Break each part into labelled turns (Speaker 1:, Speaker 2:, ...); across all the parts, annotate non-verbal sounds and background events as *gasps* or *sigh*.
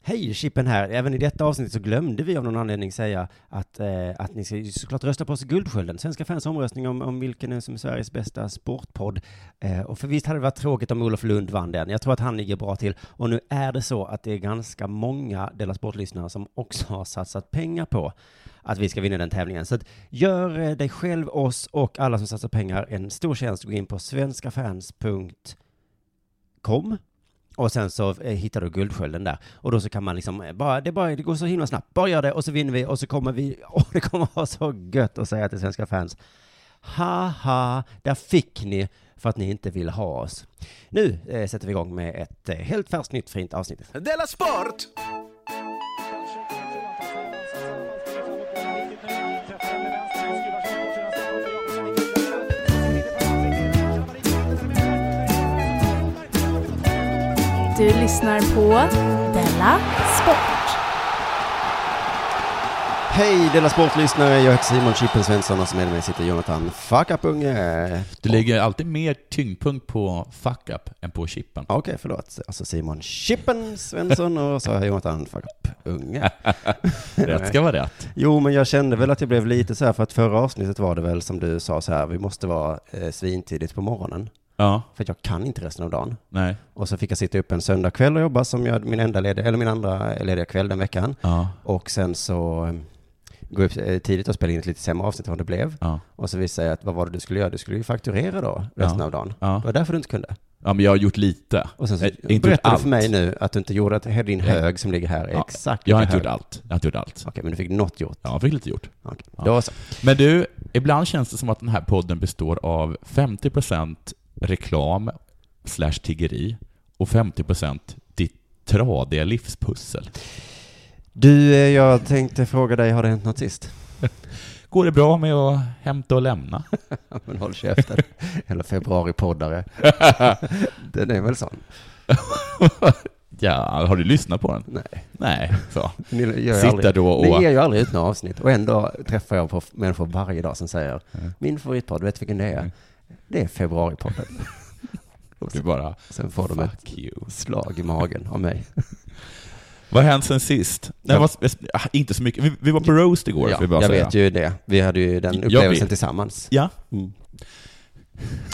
Speaker 1: Hej, Chippen här. Även i detta avsnitt så glömde vi av någon anledning säga att, eh, att ni ska ju såklart rösta på oss i Guldskölden, Svenska fans omröstning om, om vilken som är Sveriges bästa sportpodd. Eh, och för visst hade det varit tråkigt om Olof Lund vann den. Jag tror att han ligger bra till. Och nu är det så att det är ganska många Della Sport-lyssnare som också har satsat pengar på att vi ska vinna den tävlingen. Så att gör eh, dig själv, oss och alla som satsar pengar en stor tjänst. Gå in på svenskafans.com och sen så eh, hittar du guldskölden där. Och då så kan man liksom, eh, bara, det, bara, det går så himla snabbt. Bara gör det och så vinner vi och så kommer vi, *laughs* och det kommer vara så gött att säga till svenska fans. Haha, där fick ni för att ni inte vill ha oss. Nu eh, sätter vi igång med ett eh, helt färskt nytt fint avsnitt.
Speaker 2: Della Sport!
Speaker 3: Du lyssnar på Della Sport.
Speaker 1: Hej Della Sport-lyssnare, jag heter Simon Chippen Svensson och som med mig sitter Jonathan Fuck Up Unge.
Speaker 4: Det ligger alltid mer tyngdpunkt på fuck up än på chippen.
Speaker 1: Okej, förlåt. Alltså Simon Chippen Svensson och så har jag Jonathan Fuck Up Unge.
Speaker 4: Rätt ska vara rätt.
Speaker 1: Jo, men jag kände väl att jag blev lite så här, för att förra avsnittet var det väl som du sa så här, vi måste vara eh, svintidigt på morgonen,
Speaker 4: Ja,
Speaker 1: för att jag kan inte resten av dagen.
Speaker 4: nej.
Speaker 1: Och så fick jag sitta upp en söndag kväll och jobba som jag, min enda lediga, eller min andra lediga kväll den veckan.
Speaker 4: Ja,
Speaker 1: Och sen så eh, gå upp eh, tidigt och spela in ett lite sämre avsnitt än vad det blev.
Speaker 4: ja.
Speaker 1: Och så visade jag att vad var det du skulle göra? Du skulle ju fakturera då, resten
Speaker 4: Ja.
Speaker 1: av dagen.
Speaker 4: Ja.
Speaker 1: Det var därför du inte kunde.
Speaker 4: ja, men jag har gjort lite.
Speaker 1: Och sen så
Speaker 4: Jag har inte gjort
Speaker 1: berättade du
Speaker 4: allt.
Speaker 1: för mig nu att du inte gjorde att din hög som ligger här är
Speaker 4: Ja,
Speaker 1: exakt
Speaker 4: Jag har
Speaker 1: lika
Speaker 4: inte gjort
Speaker 1: hög.
Speaker 4: allt. Jag har inte gjort allt.
Speaker 1: Okej, men du fick något gjort.
Speaker 4: Ja, jag fick lite gjort.
Speaker 1: Okej.
Speaker 4: Ja.
Speaker 1: Då så.
Speaker 4: Men du, ibland känns det som att den här podden består av 50% reklam slash tiggeri och 50% ditt tradiga livspussel.
Speaker 1: Du, eh, jag tänkte fråga dig, har det hänt något sist?
Speaker 4: Går det bra med att hämta och lämna? *laughs*
Speaker 1: Ja, men håll käften. *laughs* Eller februaripoddare. Den är väl sån.
Speaker 4: Ja, har du lyssnat på den?
Speaker 1: Nej.
Speaker 4: Nej, så.
Speaker 1: Ni gör ju
Speaker 4: Sitta
Speaker 1: aldrig,
Speaker 4: då och-
Speaker 1: Ni ger ju aldrig ut några avsnitt. Och ändå träffar jag på f- människor varje dag som säger, min favoritpodd, vet du vilken det är?
Speaker 4: Mm.
Speaker 1: Det är februaripodden.
Speaker 4: Det är bara,
Speaker 1: Sen får de ett
Speaker 4: fuck you.
Speaker 1: slag i magen av mig.
Speaker 4: Vad har hänt sen sist? Nej,
Speaker 1: Ja.
Speaker 4: vad, ah, inte så mycket. Vi, vi var på roast igår,
Speaker 1: Ja,
Speaker 4: får vi bara
Speaker 1: jag
Speaker 4: säga.
Speaker 1: vet ju det. Vi hade ju den
Speaker 4: Jag
Speaker 1: upplevelsen
Speaker 4: vet.
Speaker 1: tillsammans.
Speaker 4: Ja.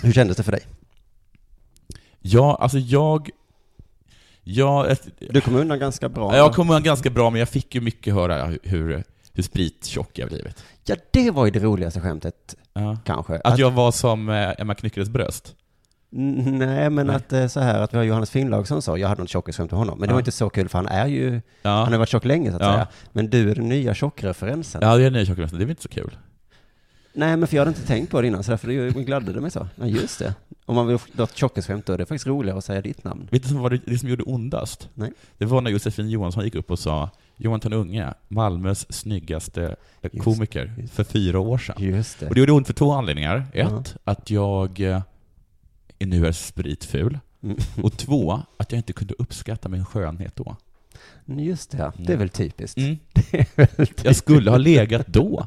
Speaker 1: Hur kändes det för dig?
Speaker 4: ja, alltså jag... Jag,
Speaker 1: Du kom undan ganska bra.
Speaker 4: jag kom undan ganska bra, men jag fick ju mycket höra hur, hur sprittjock jag blivit.
Speaker 1: Ja, det var ju det roligaste skämtet,
Speaker 4: Ja.
Speaker 1: kanske. Att,
Speaker 4: Att jag var som eh, Emma Knyckeres bröst.
Speaker 1: N- Nej, men
Speaker 4: Nej.
Speaker 1: att eh, så här att vi har Johannes Finnlaug som sa, jag hade något tjockisskämt med honom. Men det
Speaker 4: Ja.
Speaker 1: var inte så kul för han är ju, han
Speaker 4: Ja,
Speaker 1: har varit tjock länge så att
Speaker 4: Ja.
Speaker 1: säga. Men du är den nya tjockreferensen.
Speaker 4: ja det är den nya tjocka brösten. Det är väl inte så kul?
Speaker 1: Nej, men för jag hade inte tänkt på det innan så därför det gladde det mig så. Nej, just det. Om man vill dra ett tjockisskämt då är det faktiskt roligare att säga ditt namn.
Speaker 4: Vet du vad det, det som gjorde ondast?
Speaker 1: Nej.
Speaker 4: Det var när Josefin Johansson gick upp och sa Jonathan Unge, Malmös snyggaste
Speaker 1: Just,
Speaker 4: komiker,
Speaker 1: just.
Speaker 4: för fyra år sedan.
Speaker 1: Just det.
Speaker 4: Och det gjorde ont för två anledningar. Ett,
Speaker 1: Ja.
Speaker 4: att jag eh, nu är spritful.
Speaker 1: Mm.
Speaker 4: Och två, att jag inte kunde uppskatta min skönhet då.
Speaker 1: Mm, Just det, ja. Det är väl typiskt.
Speaker 4: Mm.
Speaker 1: *laughs*
Speaker 4: Jag skulle ha legat då.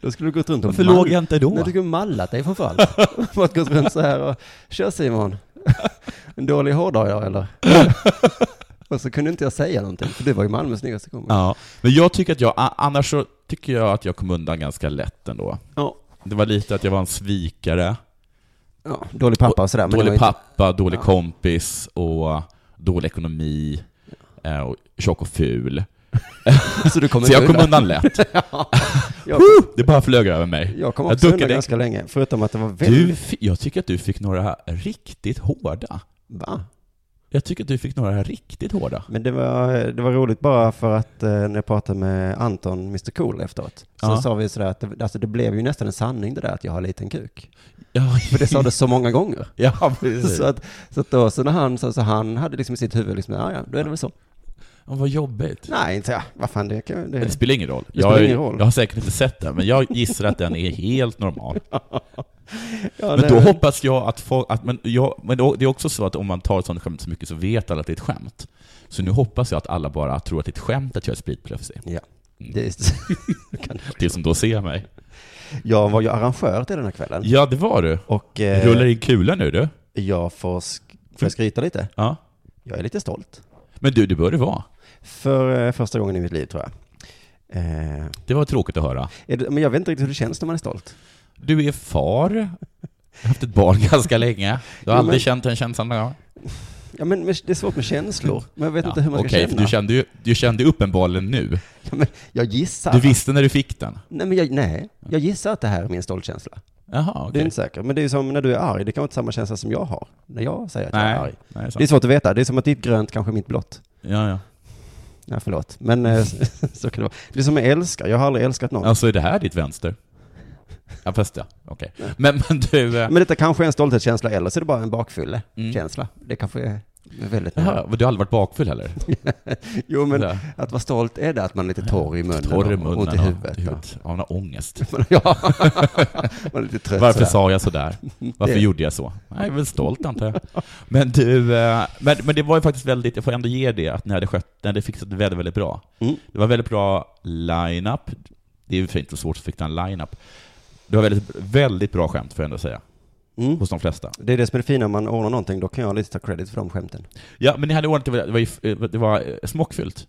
Speaker 1: Då skulle du gått runt och
Speaker 4: Varför
Speaker 1: mall-
Speaker 4: låg jag inte
Speaker 1: Nej,
Speaker 4: då?
Speaker 1: du skulle mallat dig framförallt. *laughs* Fått gått runt så här och, kör Simon. En dålig hårdag idag
Speaker 4: *laughs*
Speaker 1: eller? och så kunde inte jag säga någonting, för du var ju Malmös snyggaste komiker.
Speaker 4: Ja, men jag tycker att jag, a- annars så tycker jag att jag kom undan ganska lätt ändå.
Speaker 1: Ja.
Speaker 4: Det var lite att jag var en svikare,
Speaker 1: Ja, dålig pappa och sådär. men det var
Speaker 4: dålig
Speaker 1: inte-
Speaker 4: pappa, dålig
Speaker 1: Ja.
Speaker 4: kompis och dålig ekonomi, eh, och tjock och ful.
Speaker 1: Så du kommer
Speaker 4: Så jag
Speaker 1: inte
Speaker 4: kom
Speaker 1: *laughs*
Speaker 4: undan lätt. *laughs*
Speaker 1: Jag,
Speaker 4: Det bara flög över mig.
Speaker 1: jag kom
Speaker 4: Jag
Speaker 1: också undan
Speaker 4: duckade.
Speaker 1: ganska länge, förutom att det var
Speaker 4: Du,
Speaker 1: väldigt...
Speaker 4: fi- jag tycker att du fick några riktigt hårda.
Speaker 1: Va?
Speaker 4: Jag tycker att du fick några riktigt hårda.
Speaker 1: Men det var, det var roligt bara för att eh, när jag pratade med Anton, Mr Cool, efteråt, så
Speaker 4: Ja.
Speaker 1: sa vi sådär att det, alltså det blev ju nästan en sanning det där att jag har liten kuk.
Speaker 4: Ja,
Speaker 1: För det *laughs*
Speaker 4: *laughs*
Speaker 1: sa det så många gånger.
Speaker 4: ja precis.
Speaker 1: Så, att, så, att då, så när han sa så, han hade liksom i sitt huvud liksom, ja ja, då är det väl så.
Speaker 4: Ja, vad jobbigt.
Speaker 1: Nej, inte jag. Vad fan, det kan
Speaker 4: Men
Speaker 1: det,
Speaker 4: Det spelar ingen roll.
Speaker 1: spelar
Speaker 4: jag,
Speaker 1: ingen roll.
Speaker 4: jag har säkert inte sett den, men jag gissar att den är helt normal.
Speaker 1: ja,
Speaker 4: Men
Speaker 1: det-
Speaker 4: då hoppas jag att folk... Att, men jag, men då, det är också så att om man tar ett sånt skämt så mycket så vet alla att det är ett skämt. Så nu hoppas jag att alla bara tror att det är ett skämt att jag är spritplötsig.
Speaker 1: Ja.
Speaker 4: Mm.
Speaker 1: Det,
Speaker 4: Tills de då ser mig.
Speaker 1: jag var ju arrangör till den här kvällen.
Speaker 4: Ja, det var du.
Speaker 1: Och eh,
Speaker 4: Rullar in kulan nu du.
Speaker 1: jag får, sk- får jag skryta lite.
Speaker 4: Ja.
Speaker 1: Jag är lite stolt.
Speaker 4: Men du, det bör det vara.
Speaker 1: För eh, första gången i mitt liv tror jag. Eh,
Speaker 4: Det var tråkigt att höra.
Speaker 1: är det, men jag vet inte riktigt hur det känns när man är stolt.
Speaker 4: Du är far. Du har haft ett barn ganska länge. Du har
Speaker 1: Jo, men-
Speaker 4: aldrig känt den känslan någon gång?
Speaker 1: Ja, men men det är svårt med känslor. Men jag vet inte
Speaker 4: Ja,
Speaker 1: hur man ska
Speaker 4: okej, för
Speaker 1: känna.
Speaker 4: Du kände, ju, du kände uppenbarligen nu.
Speaker 1: ja, men jag gissar.
Speaker 4: Du visste när du fick den.
Speaker 1: Nej, men jag, nej, jag gissar att det här är min stoltkänsla.
Speaker 4: Jaha,
Speaker 1: Det är
Speaker 4: okej.
Speaker 1: inte säkert. Men det är ju som när du är arg. Det kan vara inte samma känsla som jag har. När jag säger att jag är arg.
Speaker 4: Nej, nej,
Speaker 1: Det är
Speaker 4: sant.
Speaker 1: svårt att veta. Det är som att ditt grönt kanske är mitt blått.
Speaker 4: Ja, ja.
Speaker 1: Nej, förlåt. Men eh, *laughs* så kan det vara. Det är som med älskar. Jag har aldrig älskat någon.
Speaker 4: Alltså är det här ditt vänster? Ja, fast ja, okej. Men, men du, eh,
Speaker 1: Men detta kanske är en stolthetskänsla eller så är det bara en
Speaker 4: Mm.
Speaker 1: bakfyllekänsla. Det kanske är väldigt
Speaker 4: jaha,
Speaker 1: nära.
Speaker 4: men du har aldrig varit bakfull heller?
Speaker 1: Jo, men
Speaker 4: Sådär.
Speaker 1: att vara stolt är det att man är lite torr i munnen
Speaker 4: Torr i
Speaker 1: och
Speaker 4: munnen
Speaker 1: ont i
Speaker 4: och
Speaker 1: huvudet.
Speaker 4: i
Speaker 1: ja.
Speaker 4: huvudet. Ja, hon har ångest.
Speaker 1: ja, *laughs* man är lite trött
Speaker 4: Varför
Speaker 1: sådär.
Speaker 4: sa jag sådär?
Speaker 1: *laughs*
Speaker 4: Varför
Speaker 1: Det-
Speaker 4: gjorde jag så? Nej, Jag är väl stolt antar jag. Men du, eh, men, men det var ju faktiskt väldigt, jag får ändå ge det, att ni hade skött, ni hade fixat det väldigt, väldigt bra.
Speaker 1: Mm.
Speaker 4: Det var väldigt bra line-up. Det är ju för inte så svårt att fixa en line-up. Det var väldigt, väldigt bra skämt får jag ändå säga,
Speaker 1: Mm.
Speaker 4: hos de flesta.
Speaker 1: Det är det som är det fina, om man ordnar någonting, då kan jag lite ta credit för de skämten.
Speaker 4: Ja, men ni hade ordnat det, var- det var, ju- det var eh, smockfyllt.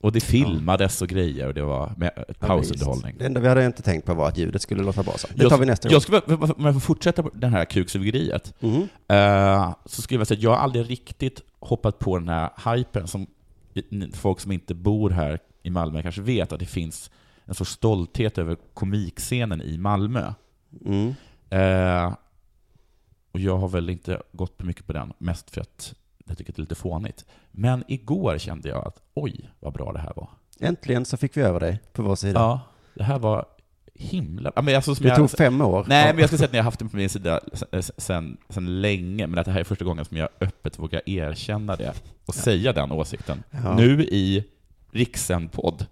Speaker 4: Och det filmades och grejer och det var med eh, pausunderhållning.
Speaker 1: Ja, visst. Det enda vi hade inte tänkt på var att ljudet skulle låta bra så. Det
Speaker 4: Jag-
Speaker 1: tar vi nästa gång.
Speaker 4: Jag skulle, om jag får fortsätta på den här kuksugeriet,
Speaker 1: Mm.
Speaker 4: Eh, så skulle jag vilja säga att jag har aldrig riktigt hoppat på den här hypen som ni- folk som inte bor här i Malmö kanske vet, att det finns en sorts stolthet över komikscenen i Malmö.
Speaker 1: Mm.
Speaker 4: Eh, och jag har väl inte gått på mycket på den, mest för att jag tycker att det är lite fånigt. Men igår kände jag att oj, vad bra det här var.
Speaker 1: Äntligen så fick vi över dig på vår sida.
Speaker 4: Ja, det här var himla... Ja, men alltså, som
Speaker 1: Det
Speaker 4: jag-
Speaker 1: tog fem år.
Speaker 4: Nej,
Speaker 1: Ja.
Speaker 4: men jag skulle säga att ni har haft den på min sida sen, sen, sen länge, men att det här är första gången som jag öppet vågar erkänna det och säga den åsikten.
Speaker 1: Ja.
Speaker 4: Nu i Riksen-podd.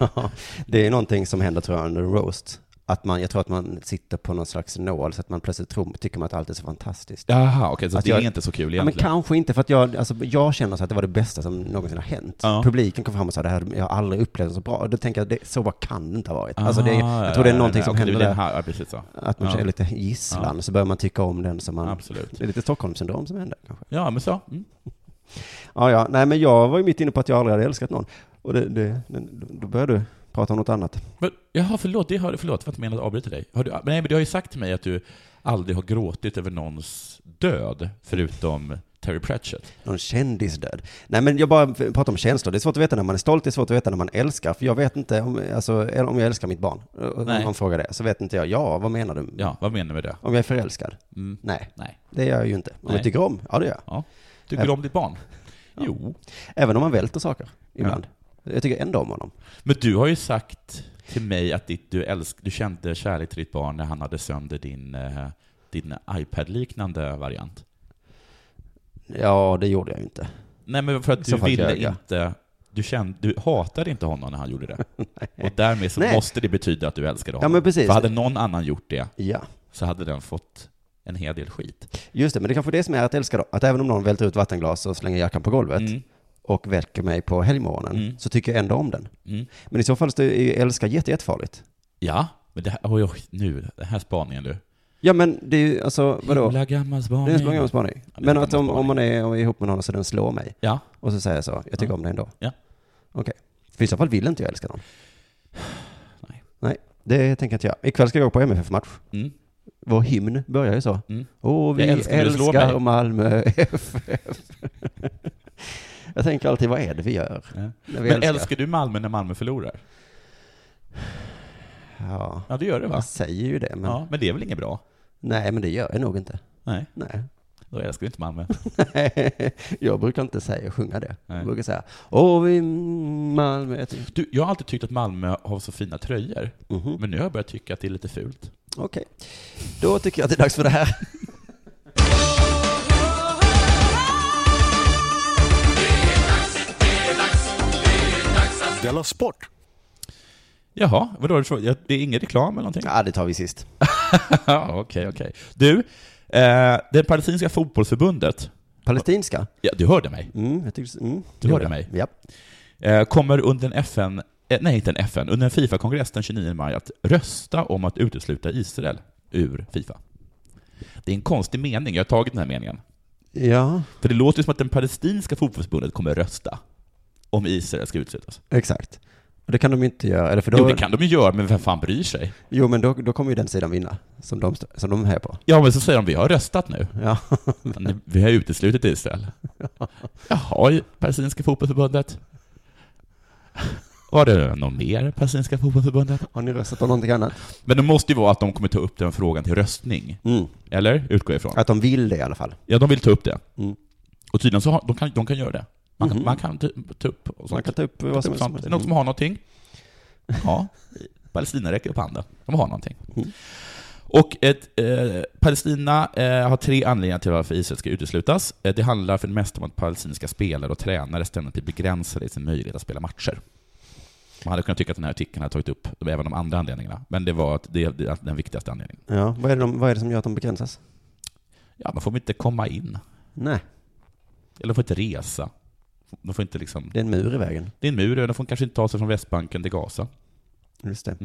Speaker 1: Ja, *laughs* det är någonting som händer tror jag under en roast. Att man, jag tror att man sitter på någon slags nål så att man plötsligt tror, tycker man att allt är så fantastiskt.
Speaker 4: Jaha, okej, så
Speaker 1: Att
Speaker 4: det
Speaker 1: jag-
Speaker 4: är inte så kul
Speaker 1: Ja, men
Speaker 4: egentligen.
Speaker 1: kanske inte, för att jag, alltså, jag känner så att det var det bästa som någonsin har hänt.
Speaker 4: Ja.
Speaker 1: Publiken kom fram och sa det här, jag har aldrig upplevt det så bra. Då tänker jag, det, så bra kan det inte ha varit.
Speaker 4: Aha,
Speaker 1: alltså, det,
Speaker 4: ja,
Speaker 1: jag tror det är
Speaker 4: Ah, ja,
Speaker 1: någonting
Speaker 4: ja,
Speaker 1: som
Speaker 4: okej,
Speaker 1: händer
Speaker 4: det är
Speaker 1: där.
Speaker 4: den här, ja, precis så.
Speaker 1: Att man
Speaker 4: Ja.
Speaker 1: känner lite gisslan, så börjar man tycka om den som man...
Speaker 4: Absolut.
Speaker 1: Det är lite Stockholmssyndrom som händer kanske.
Speaker 4: Ja, men så. Mm.
Speaker 1: Ja, ja, nej men jag var ju mitt inne på att jag aldrig hade älskat någon. Och det, det, det, då började du prata om något annat.
Speaker 4: Men, jaha, förlåt, det har, förlåt, det var inte menat att avbryta dig. Har du, nej, men du har ju sagt till mig att du aldrig har gråtit över någons död, förutom Terry Pratchett.
Speaker 1: Någon kändisdöd. Nej men jag bara pratar om känslor. Det är svårt att veta när man är stolt, det är svårt att veta när man älskar. För jag vet inte om, alltså, eller om jag älskar mitt barn. Om
Speaker 4: Nej.
Speaker 1: någon frågar det, så vet inte jag. Ja, vad menar du?
Speaker 4: Ja, vad menar du med det?
Speaker 1: Om jag är förälskad?
Speaker 4: Mm.
Speaker 1: Nej,
Speaker 4: Nej.
Speaker 1: det gör jag ju inte. Om
Speaker 4: Nej.
Speaker 1: jag tycker om? Ja, det gör jag.
Speaker 4: Tycker du om ditt barn? Jo.
Speaker 1: Även om man välter saker ibland. Jag tycker ändå om honom.
Speaker 4: Men du har ju sagt till mig att ditt, du, älsk, du kände kärlek till ditt barn när han hade sönder din, eh, din iPad-liknande variant.
Speaker 1: Ja, det gjorde jag ju inte.
Speaker 4: Nej, men för att
Speaker 1: Så
Speaker 4: du
Speaker 1: fan
Speaker 4: ville
Speaker 1: ljög jag.
Speaker 4: inte... Du, kände, du hatade inte honom när han gjorde
Speaker 1: *laughs*
Speaker 4: det. Och därmed så
Speaker 1: Nej.
Speaker 4: måste det betyda att du älskade
Speaker 1: Ja,
Speaker 4: honom.
Speaker 1: men precis.
Speaker 4: för hade någon annan gjort det
Speaker 1: Ja,
Speaker 4: så hade den fått en hel del skit.
Speaker 1: just det. Men det är kanske det som är att älska då. Att även om någon välter ut vattenglas och slänger jackan på golvet
Speaker 4: Mm,
Speaker 1: och väcker mig på helgmorgonen
Speaker 4: Mm.
Speaker 1: så tycker jag ändå om den.
Speaker 4: mm.
Speaker 1: Men i så fall så är ju älska jätte, jättefarligt.
Speaker 4: Ja, men det här, oj, oj, nu, den här spaningen du.
Speaker 1: Ja, men det är ju alltså, vadå?
Speaker 4: Himla gammal
Speaker 1: Det
Speaker 4: spaning.
Speaker 1: är en spaning om spaning.
Speaker 4: Ja, det är
Speaker 1: Men
Speaker 4: en
Speaker 1: att
Speaker 4: gammal
Speaker 1: om, om man är om jag är ihop med någon så den slår mig.
Speaker 4: Ja.
Speaker 1: Och så säger jag så, jag tycker om dig ändå.
Speaker 4: Ja.
Speaker 1: Okej. För i så fall vill inte jag älska någon.
Speaker 4: *sighs* Nej.
Speaker 1: Nej, det tänker inte jag. Ikväll ska jag gå på MFF-match.
Speaker 4: Mm.
Speaker 1: Vår hymn börjar ju så.
Speaker 4: Mm.
Speaker 1: Och vi
Speaker 4: Jag älskar
Speaker 1: älskar,
Speaker 4: när du slår mig.
Speaker 1: Malmö FF.
Speaker 4: *laughs*
Speaker 1: jag tänker alltid, vad är det vi gör?
Speaker 4: Ja.
Speaker 1: När vi
Speaker 4: Men
Speaker 1: älskar?
Speaker 4: älskar du Malmö när Malmö förlorar?
Speaker 1: Ja,
Speaker 4: Ja, det gör det va?
Speaker 1: jag säger ju det, men
Speaker 4: Ja, men det är väl inget bra?
Speaker 1: nej, men det gör jag nog inte.
Speaker 4: Nej.
Speaker 1: Nej. *laughs*
Speaker 4: Då älskar du inte Malmö.
Speaker 1: jag brukar inte säga sjunga det.
Speaker 4: Nej.
Speaker 1: Jag brukar säga, åh, vi mm, Malmö. Jag tycker-
Speaker 4: Du, jag har alltid tyckt att Malmö har så fina tröjor,
Speaker 1: Mhm.
Speaker 4: men nu har jag börjat tycka att det är lite fult.
Speaker 1: Okej, då tycker jag att det är dags för det här.
Speaker 2: Della Sport!
Speaker 4: Jaha, vadå? har du frågat? Ja, Det är ingen reklam eller någonting?
Speaker 1: Ja, det tar vi sist.
Speaker 4: *laughs* Ja, Okej, okej. Du, eh, det palestinska fotbollsförbundet,
Speaker 1: Palestinska?
Speaker 4: ja, du hörde mig,
Speaker 1: Mm, jag tycker, mm,
Speaker 4: Du
Speaker 1: det
Speaker 4: hörde
Speaker 1: gjorde
Speaker 4: mig.
Speaker 1: jag. Ja.
Speaker 4: eh, kommer under en FN, eh, nej inte en FN, under en Fifa-kongress den 29 maj att rösta om att utesluta Israel ur Fifa. Det är en konstig mening, jag har tagit den här meningen.
Speaker 1: ja.
Speaker 4: För det låter ju som att den palestinska fotbollsförbundet kommer rösta. om Israel ska uteslutas.
Speaker 1: Exakt. Och det kan de ju inte göra, eller för då...
Speaker 4: Jo, det kan de ju göra, men vem fan bryr sig?
Speaker 1: Jo, men då, då kommer ju den sidan vinna, som de, stö- som de är på.
Speaker 4: Ja, men så säger de vi har
Speaker 1: *laughs*
Speaker 4: röstat nu.
Speaker 1: Ja,
Speaker 4: Men Vi har
Speaker 1: *laughs*
Speaker 4: uteslutit Israel. Jaha, Palestinska fotbollsförbundet. Var det någon mer, Palestinska fotbollsförbundet?
Speaker 1: har ni röstat på någonting annat?
Speaker 4: Men det måste ju vara att de kommer ta upp den frågan till röstning.
Speaker 1: Mm.
Speaker 4: Eller? Utgår jag ifrån.
Speaker 1: Att de vill det i alla fall.
Speaker 4: Ja, de vill ta upp det.
Speaker 1: Mm.
Speaker 4: Och tydligen så har, de kan de kan göra det. Man, kan-
Speaker 1: Mhm.
Speaker 4: man kan ta- ta upp och
Speaker 1: Man
Speaker 4: sånt.
Speaker 1: kan ta upp vad som
Speaker 4: Typ
Speaker 1: helst.
Speaker 4: sånt. Är det någon som har någonting? *laughs* Ja, Palestina räcker upp handen. De har någonting.
Speaker 1: Mm.
Speaker 4: Och ett, eh, Palestina eh, har tre anledningar till varför Israel ska uteslutas. Eh, det handlar för det mesta om att palestinska spelare och tränare ständigt blir begränsade i sin möjlighet att spela matcher. Man hade kunnat tycka att den här artikeln hade tagit upp även de andra anledningarna, men det var att det, det, är den viktigaste anledningen.
Speaker 1: Mm. Ja, vad är, det de, vad är det som gör att de begränsas?
Speaker 4: Ja, de får inte komma in,
Speaker 1: Nej,
Speaker 4: eller de får inte resa. De får inte liksom,
Speaker 1: det är en mur i vägen.
Speaker 4: det är en mur, de får kanske inte ta sig från Västbanken till Gaza.
Speaker 1: Just det.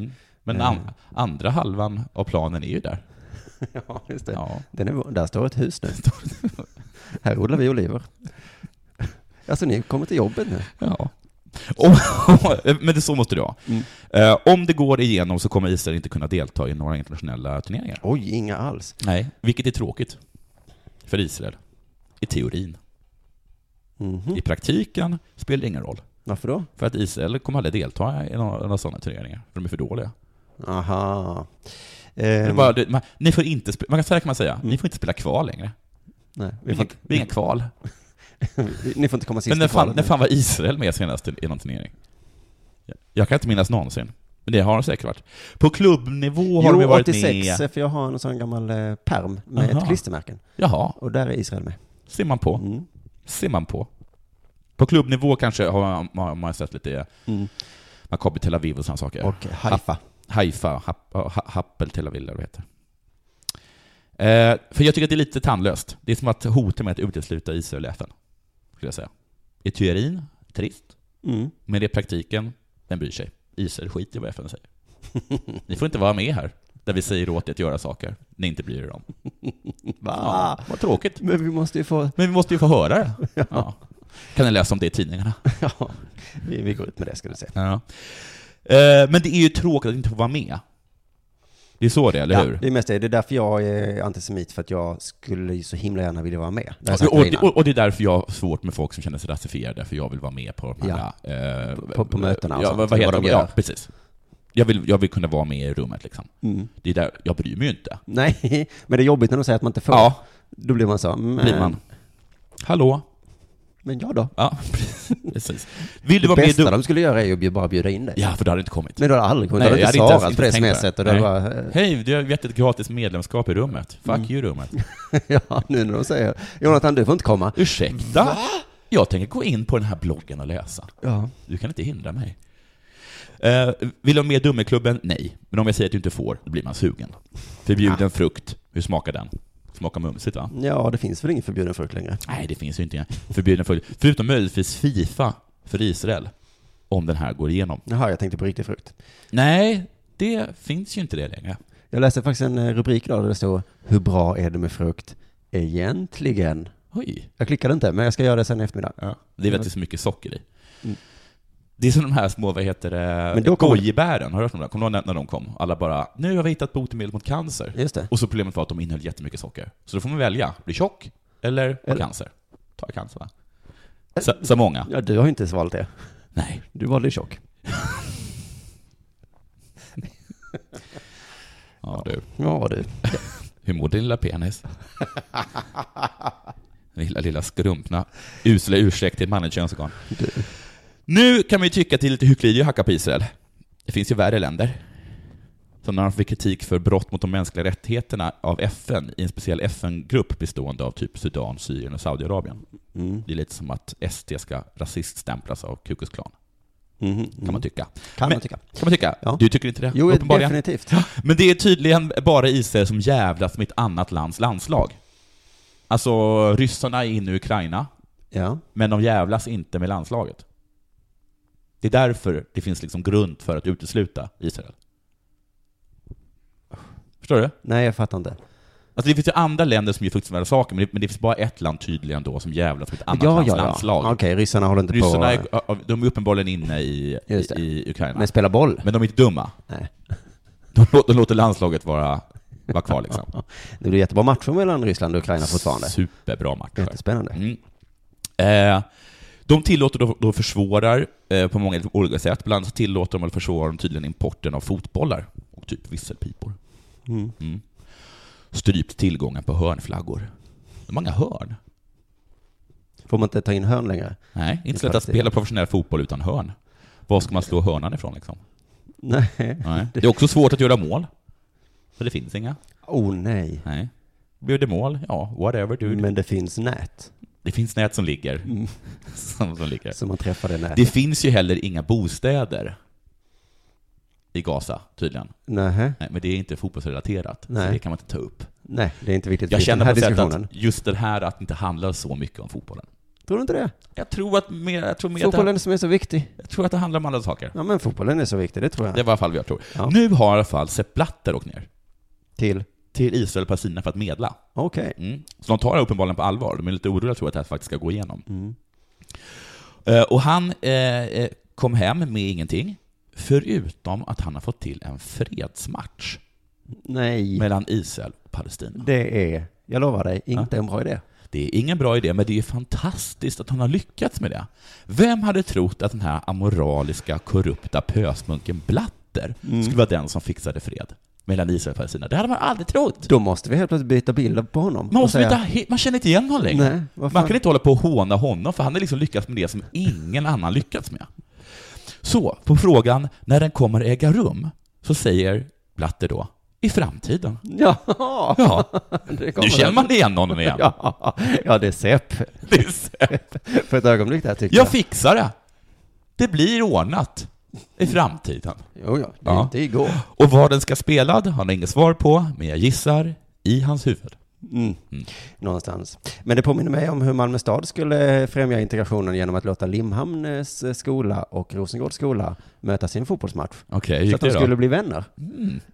Speaker 4: Men
Speaker 1: Eh.
Speaker 4: an, andra halvan av planen är ju där.
Speaker 1: Ja, just det.
Speaker 4: *laughs* Ja.
Speaker 1: Den är, där står ett
Speaker 4: *laughs*
Speaker 1: hus nu. Här odlar vi oliver. *laughs* Alltså, ni kommer till jobbet nu.
Speaker 4: Ja. Och- *laughs* men det så måste det vara.
Speaker 1: Mm.
Speaker 4: Eh, om det går igenom så kommer Israel inte kunna delta i några internationella turneringar.
Speaker 1: Oj, inga alls.
Speaker 4: Nej. Vilket är tråkigt. För Israel. I teorin.
Speaker 1: Mhm.
Speaker 4: I praktiken spelar det ingen roll.
Speaker 1: Varför då?
Speaker 4: För att Israel kommer aldrig delta i några, några sådana turneringar. För de är för dåliga.
Speaker 1: Aha.
Speaker 4: Det är
Speaker 1: Ehm,
Speaker 4: bara, det, man, ni får inte spela, man kan, så här kan man säga,
Speaker 1: Mm.
Speaker 4: ni får inte spela kval längre.
Speaker 1: nej, vi
Speaker 4: Vi,
Speaker 1: får
Speaker 4: får, vi är
Speaker 1: *laughs*
Speaker 4: inga kval.
Speaker 1: inte, ni får inte komma sist
Speaker 4: Men när
Speaker 1: i
Speaker 4: fan,
Speaker 1: kvalet.
Speaker 4: när fan var Israel med senast i någon turnering? Jag kan inte minnas någonsin. Men det har de säkert varit. På klubbnivå har de ju
Speaker 1: Jo,
Speaker 4: varit
Speaker 1: 86,
Speaker 4: med.
Speaker 1: för jag har en sån gammal eh, perm med
Speaker 4: Aha.
Speaker 1: ett klistermärken.
Speaker 4: Jaha,
Speaker 1: Och där är Israel med.
Speaker 4: ser man på.
Speaker 1: Mm.
Speaker 4: Ser man på. På klubbnivå kanske har man, har man sett lite
Speaker 1: Mm.
Speaker 4: Maccabi Tel Aviv och sådana saker.
Speaker 1: Och Haifa.
Speaker 4: Haifa, Hap- Ha- Happel Tel Aviv eller vad det heter. Eh, för jag tycker att det är lite tandlöst. Det är som att hota med att utesluta Israel i FN. Skulle jag säga. I teorin, trist.
Speaker 1: Mm. *laughs*
Speaker 4: Men det är praktiken, vem bryr sig? Israel skiter i vad FN säger. *laughs* Ni får inte vara med här, där vi säger åt er att göra saker ni inte bryr er om. Ja, vad tråkigt.
Speaker 1: Men vi måste ju
Speaker 4: *laughs*
Speaker 1: få...
Speaker 4: Men vi måste ju få höra
Speaker 1: *laughs*
Speaker 4: det. Ja. Kan ni läsa om det i tidningarna?
Speaker 1: Ja, vi, vi går ut med det ska du se.
Speaker 4: Ja. Eh, Men det är ju tråkigt att inte få vara med. Det är så det är, eller
Speaker 1: ja,
Speaker 4: hur?
Speaker 1: Det är mest det. Det är därför jag är antisemit, för att jag skulle ju så himla gärna vilja vara med. Det har jag sagt
Speaker 4: och,
Speaker 1: innan.
Speaker 4: och, och det är därför jag har svårt med folk som känner sig rasifierade, för jag vill vara med på de här... eh,
Speaker 1: på- på mötena och
Speaker 4: ja,
Speaker 1: sånt,
Speaker 4: vad, vad heter
Speaker 1: vad de
Speaker 4: de?
Speaker 1: gör.
Speaker 4: Ja, precis. Jag vill, jag vill kunna vara med i rummet liksom.
Speaker 1: Mm.
Speaker 4: Det är där, jag bryr mig ju inte.
Speaker 1: Nej, *laughs* men det är jobbigt när de säger att man inte får.
Speaker 4: Ja,
Speaker 1: Då blir man så, men,
Speaker 4: blir man. Hallå?
Speaker 1: men jag då?
Speaker 4: *laughs* Ja, precis. Vill
Speaker 1: Det
Speaker 4: du vara med i
Speaker 1: bästa
Speaker 4: dum...
Speaker 1: de skulle göra är ju bjud- bara bjuda in dig.
Speaker 4: Ja, för du hade inte kommit.
Speaker 1: Men du har aldrig kommit,
Speaker 4: Nej,
Speaker 1: du har
Speaker 4: jag
Speaker 1: inte
Speaker 4: hade inte ens-
Speaker 1: svarat på
Speaker 4: inte
Speaker 1: det
Speaker 4: tänkt på
Speaker 1: smset och
Speaker 4: det.
Speaker 1: du
Speaker 4: Nej.
Speaker 1: bara, *laughs* eh,
Speaker 4: Hej, du har gett ett gratis medlemskap i rummet. Fuck you rummet. *laughs*
Speaker 1: ja nu när de säger, Jonathan du får inte komma.
Speaker 4: Ursäkta? Jag tänker gå in på den här bloggen och läsa.
Speaker 1: Ja,
Speaker 4: Du kan inte hindra mig. Eh, vill du ha med i Dummelklubben? Nej. Men om jag säger att du inte får, då blir man sugen. Förbjuden frukt, hur smakar den? Smakar mumsigt va?
Speaker 1: ja det finns väl ingen förbjuden frukt längre.
Speaker 4: Nej, det finns ju inte. Förbjuden frukt. Förutom möjligtvis Fifa för Israel. Om den här går igenom.
Speaker 1: Jaha, jag tänkte på riktig frukt.
Speaker 4: Nej, det finns ju inte det längre.
Speaker 1: Jag läste faktiskt en eh, rubrik idag där det stod, hur bra är det med frukt egentligen?
Speaker 4: Oj.
Speaker 1: Jag klickade inte, men jag ska göra det sen i eftermiddag.
Speaker 4: Det är väl att det är så mycket socker i.
Speaker 1: Mm.
Speaker 4: Det är som de här små, vad heter det,
Speaker 1: Men då kommer-
Speaker 4: gojibären, har du hört om det? Kommer du ihåg när de kom? Alla bara, nu har vi hittat botemedel mot cancer.
Speaker 1: Just det.
Speaker 4: Och så problemet var att de innehöll jättemycket socker. Så då får man välja, bli tjock eller ha
Speaker 1: Eller-
Speaker 4: cancer. Ta cancer va? Så, så många.
Speaker 1: Ja, du har ju inte valt det.
Speaker 4: Nej.
Speaker 1: Du valde ju tjock.
Speaker 4: Ja du,
Speaker 1: Ja, du.
Speaker 4: hur mår din
Speaker 1: *laughs*
Speaker 4: lilla penis? lilla, lilla skrumpna, usla ursäkt till ett manligt könsorgan. Nu kan man ju tycka att det är lite hyckleri att hacka på Israel. Det finns ju värre länder. Som när de fick kritik för brott mot de mänskliga rättigheterna av FN i en speciell FN-grupp bestående av typ Sudan, Syrien och Saudiarabien.
Speaker 1: Mm.
Speaker 4: Det är lite som att SD ska rasiststämplas av Ku Klux Klan,
Speaker 1: Mhm.
Speaker 4: kan man tycka.
Speaker 1: Kan
Speaker 4: Men-
Speaker 1: man tycka.
Speaker 4: Kan man tycka.
Speaker 1: Ja.
Speaker 4: Du tycker inte det?
Speaker 1: Jo,
Speaker 4: uppenbarligen.
Speaker 1: definitivt.
Speaker 4: Men det är tydligen bara Israel som jävlas med ett annat lands landslag. Alltså, ryssarna är inne i Ukraina,
Speaker 1: Ja.
Speaker 4: men de jävlas inte med landslaget. Det är därför det finns liksom grund för att utesluta Israel. Förstår du?
Speaker 1: Nej, jag fattar inte.
Speaker 4: Alltså det finns ju andra länder som gör fruktansvärda saker, men det, men det finns bara ett land tydligen då som jävlas med ett annat lands landslag.
Speaker 1: Okej, ryssarna håller inte på...
Speaker 4: Ryssarna är, de är uppenbarligen inne i,
Speaker 1: Just det.
Speaker 4: i Ukraina.
Speaker 1: Men spela boll?
Speaker 4: Men de är inte dumma.
Speaker 1: Nej.
Speaker 4: De låter, de låter landslaget vara, vara kvar liksom.
Speaker 1: *laughs* Det blir jättebra matcher mellan Ryssland och Ukraina fortfarande.
Speaker 4: Superbra match.
Speaker 1: Jättespännande.
Speaker 4: Mm. Eh, de tillåter då, då försvårar eh, på många olika sätt. Bland annat så tillåter de eller försvårar de tydligen importen av fotbollar och typ visselpipor.
Speaker 1: Mm.
Speaker 4: Mm. Strypt tillgången på hörnflaggor. Det är många hörn.
Speaker 1: Får man inte ta in hörn längre?
Speaker 4: Nej, inte så
Speaker 1: Det är
Speaker 4: lätt att
Speaker 1: faktiskt-
Speaker 4: spela professionell fotboll utan hörn. Var ska man slå hörnan ifrån liksom?
Speaker 1: Nej.
Speaker 4: Nej. Det är också svårt att göra mål. För det finns inga.
Speaker 1: Oh nej.
Speaker 4: Nej. Blir det mål? Ja, whatever dude.
Speaker 1: Men det finns nät.
Speaker 4: Det finns nät som ligger. *laughs* som, som ligger.
Speaker 1: Mm. Så man träffar det nätet.
Speaker 4: Det finns ju heller inga bostäder i Gaza, tydligen.
Speaker 1: Nähä.
Speaker 4: Nej, men det är inte fotbollsrelaterat, så
Speaker 1: Nej.
Speaker 4: det kan man inte ta upp.
Speaker 1: Nej, det är inte viktigt
Speaker 4: Jag
Speaker 1: för den
Speaker 4: känner
Speaker 1: här
Speaker 4: på sätt
Speaker 1: diskussionen.
Speaker 4: att just det här att det inte handlar så mycket om fotbollen.
Speaker 1: Tror du inte det?
Speaker 4: Jag tror att, mer, jag tror mer att, det,
Speaker 1: Fotbollen som är så viktig.
Speaker 4: jag tror att det handlar om andra saker.
Speaker 1: Ja, men fotbollen är så viktig, det tror
Speaker 4: Det
Speaker 1: jag.
Speaker 4: var i alla fall vad jag tror.
Speaker 1: Ja.
Speaker 4: Nu har i alla fall Sepp Blatter åkt ner
Speaker 1: Till?
Speaker 4: till Israel och Palestina för att medla.
Speaker 1: Okej.
Speaker 4: Mm. Så de tar det uppenbarligen på allvar. De är lite oroliga tror jag att det här faktiskt ska gå igenom.
Speaker 1: Mm.
Speaker 4: Eh, Och han eh, eh, kom hem med ingenting, förutom att han har fått till en fredsmatch
Speaker 1: Nej.
Speaker 4: mellan Israel och Palestina.
Speaker 1: Det är, jag lovar dig, inte en bra idé.
Speaker 4: Det är ingen bra idé, men det är fantastiskt att han har lyckats med det. Vem hade trott att den här amoraliska, korrupta pösmunken Blatter skulle vara den som fixade fred mellan Israel och Palestina? Det hade man aldrig trott!
Speaker 1: Då måste vi helt plötsligt byta bild på honom.
Speaker 4: Man,
Speaker 1: och
Speaker 4: måste
Speaker 1: säga-
Speaker 4: inte, he- man känner inte igen honom längre.
Speaker 1: Nej, vad
Speaker 4: Man
Speaker 1: fan.
Speaker 4: kan inte hålla på och håna honom, för han har liksom lyckats med det som ingen annan lyckats med. Så, på frågan när den kommer äga rum, så säger Blatter då, i framtiden.
Speaker 1: Ja, *laughs*
Speaker 4: Ja,
Speaker 1: det kommer
Speaker 4: nu känner man igen honom igen.
Speaker 1: Ja, ja, det är Sepp.
Speaker 4: *laughs* Det är så-
Speaker 1: För ett ögonblick där tycker jag.
Speaker 4: Jag fixar det. Det blir ordnat i framtiden.
Speaker 1: Jo, ja, det är
Speaker 4: Ja.
Speaker 1: inte igår.
Speaker 4: Och var den ska spelad har jag inget svar på, men jag gissar i hans huvud.
Speaker 1: Mm. Någonstans. Men det påminner mig om hur Malmö stad skulle främja integrationen genom att låta Limhamns skola och Rosengårds skola mötas i en fotbollsmatch.
Speaker 4: Okej,
Speaker 1: Så
Speaker 4: gick
Speaker 1: att de
Speaker 4: det
Speaker 1: skulle
Speaker 4: då? Mm.
Speaker 1: bli vänner.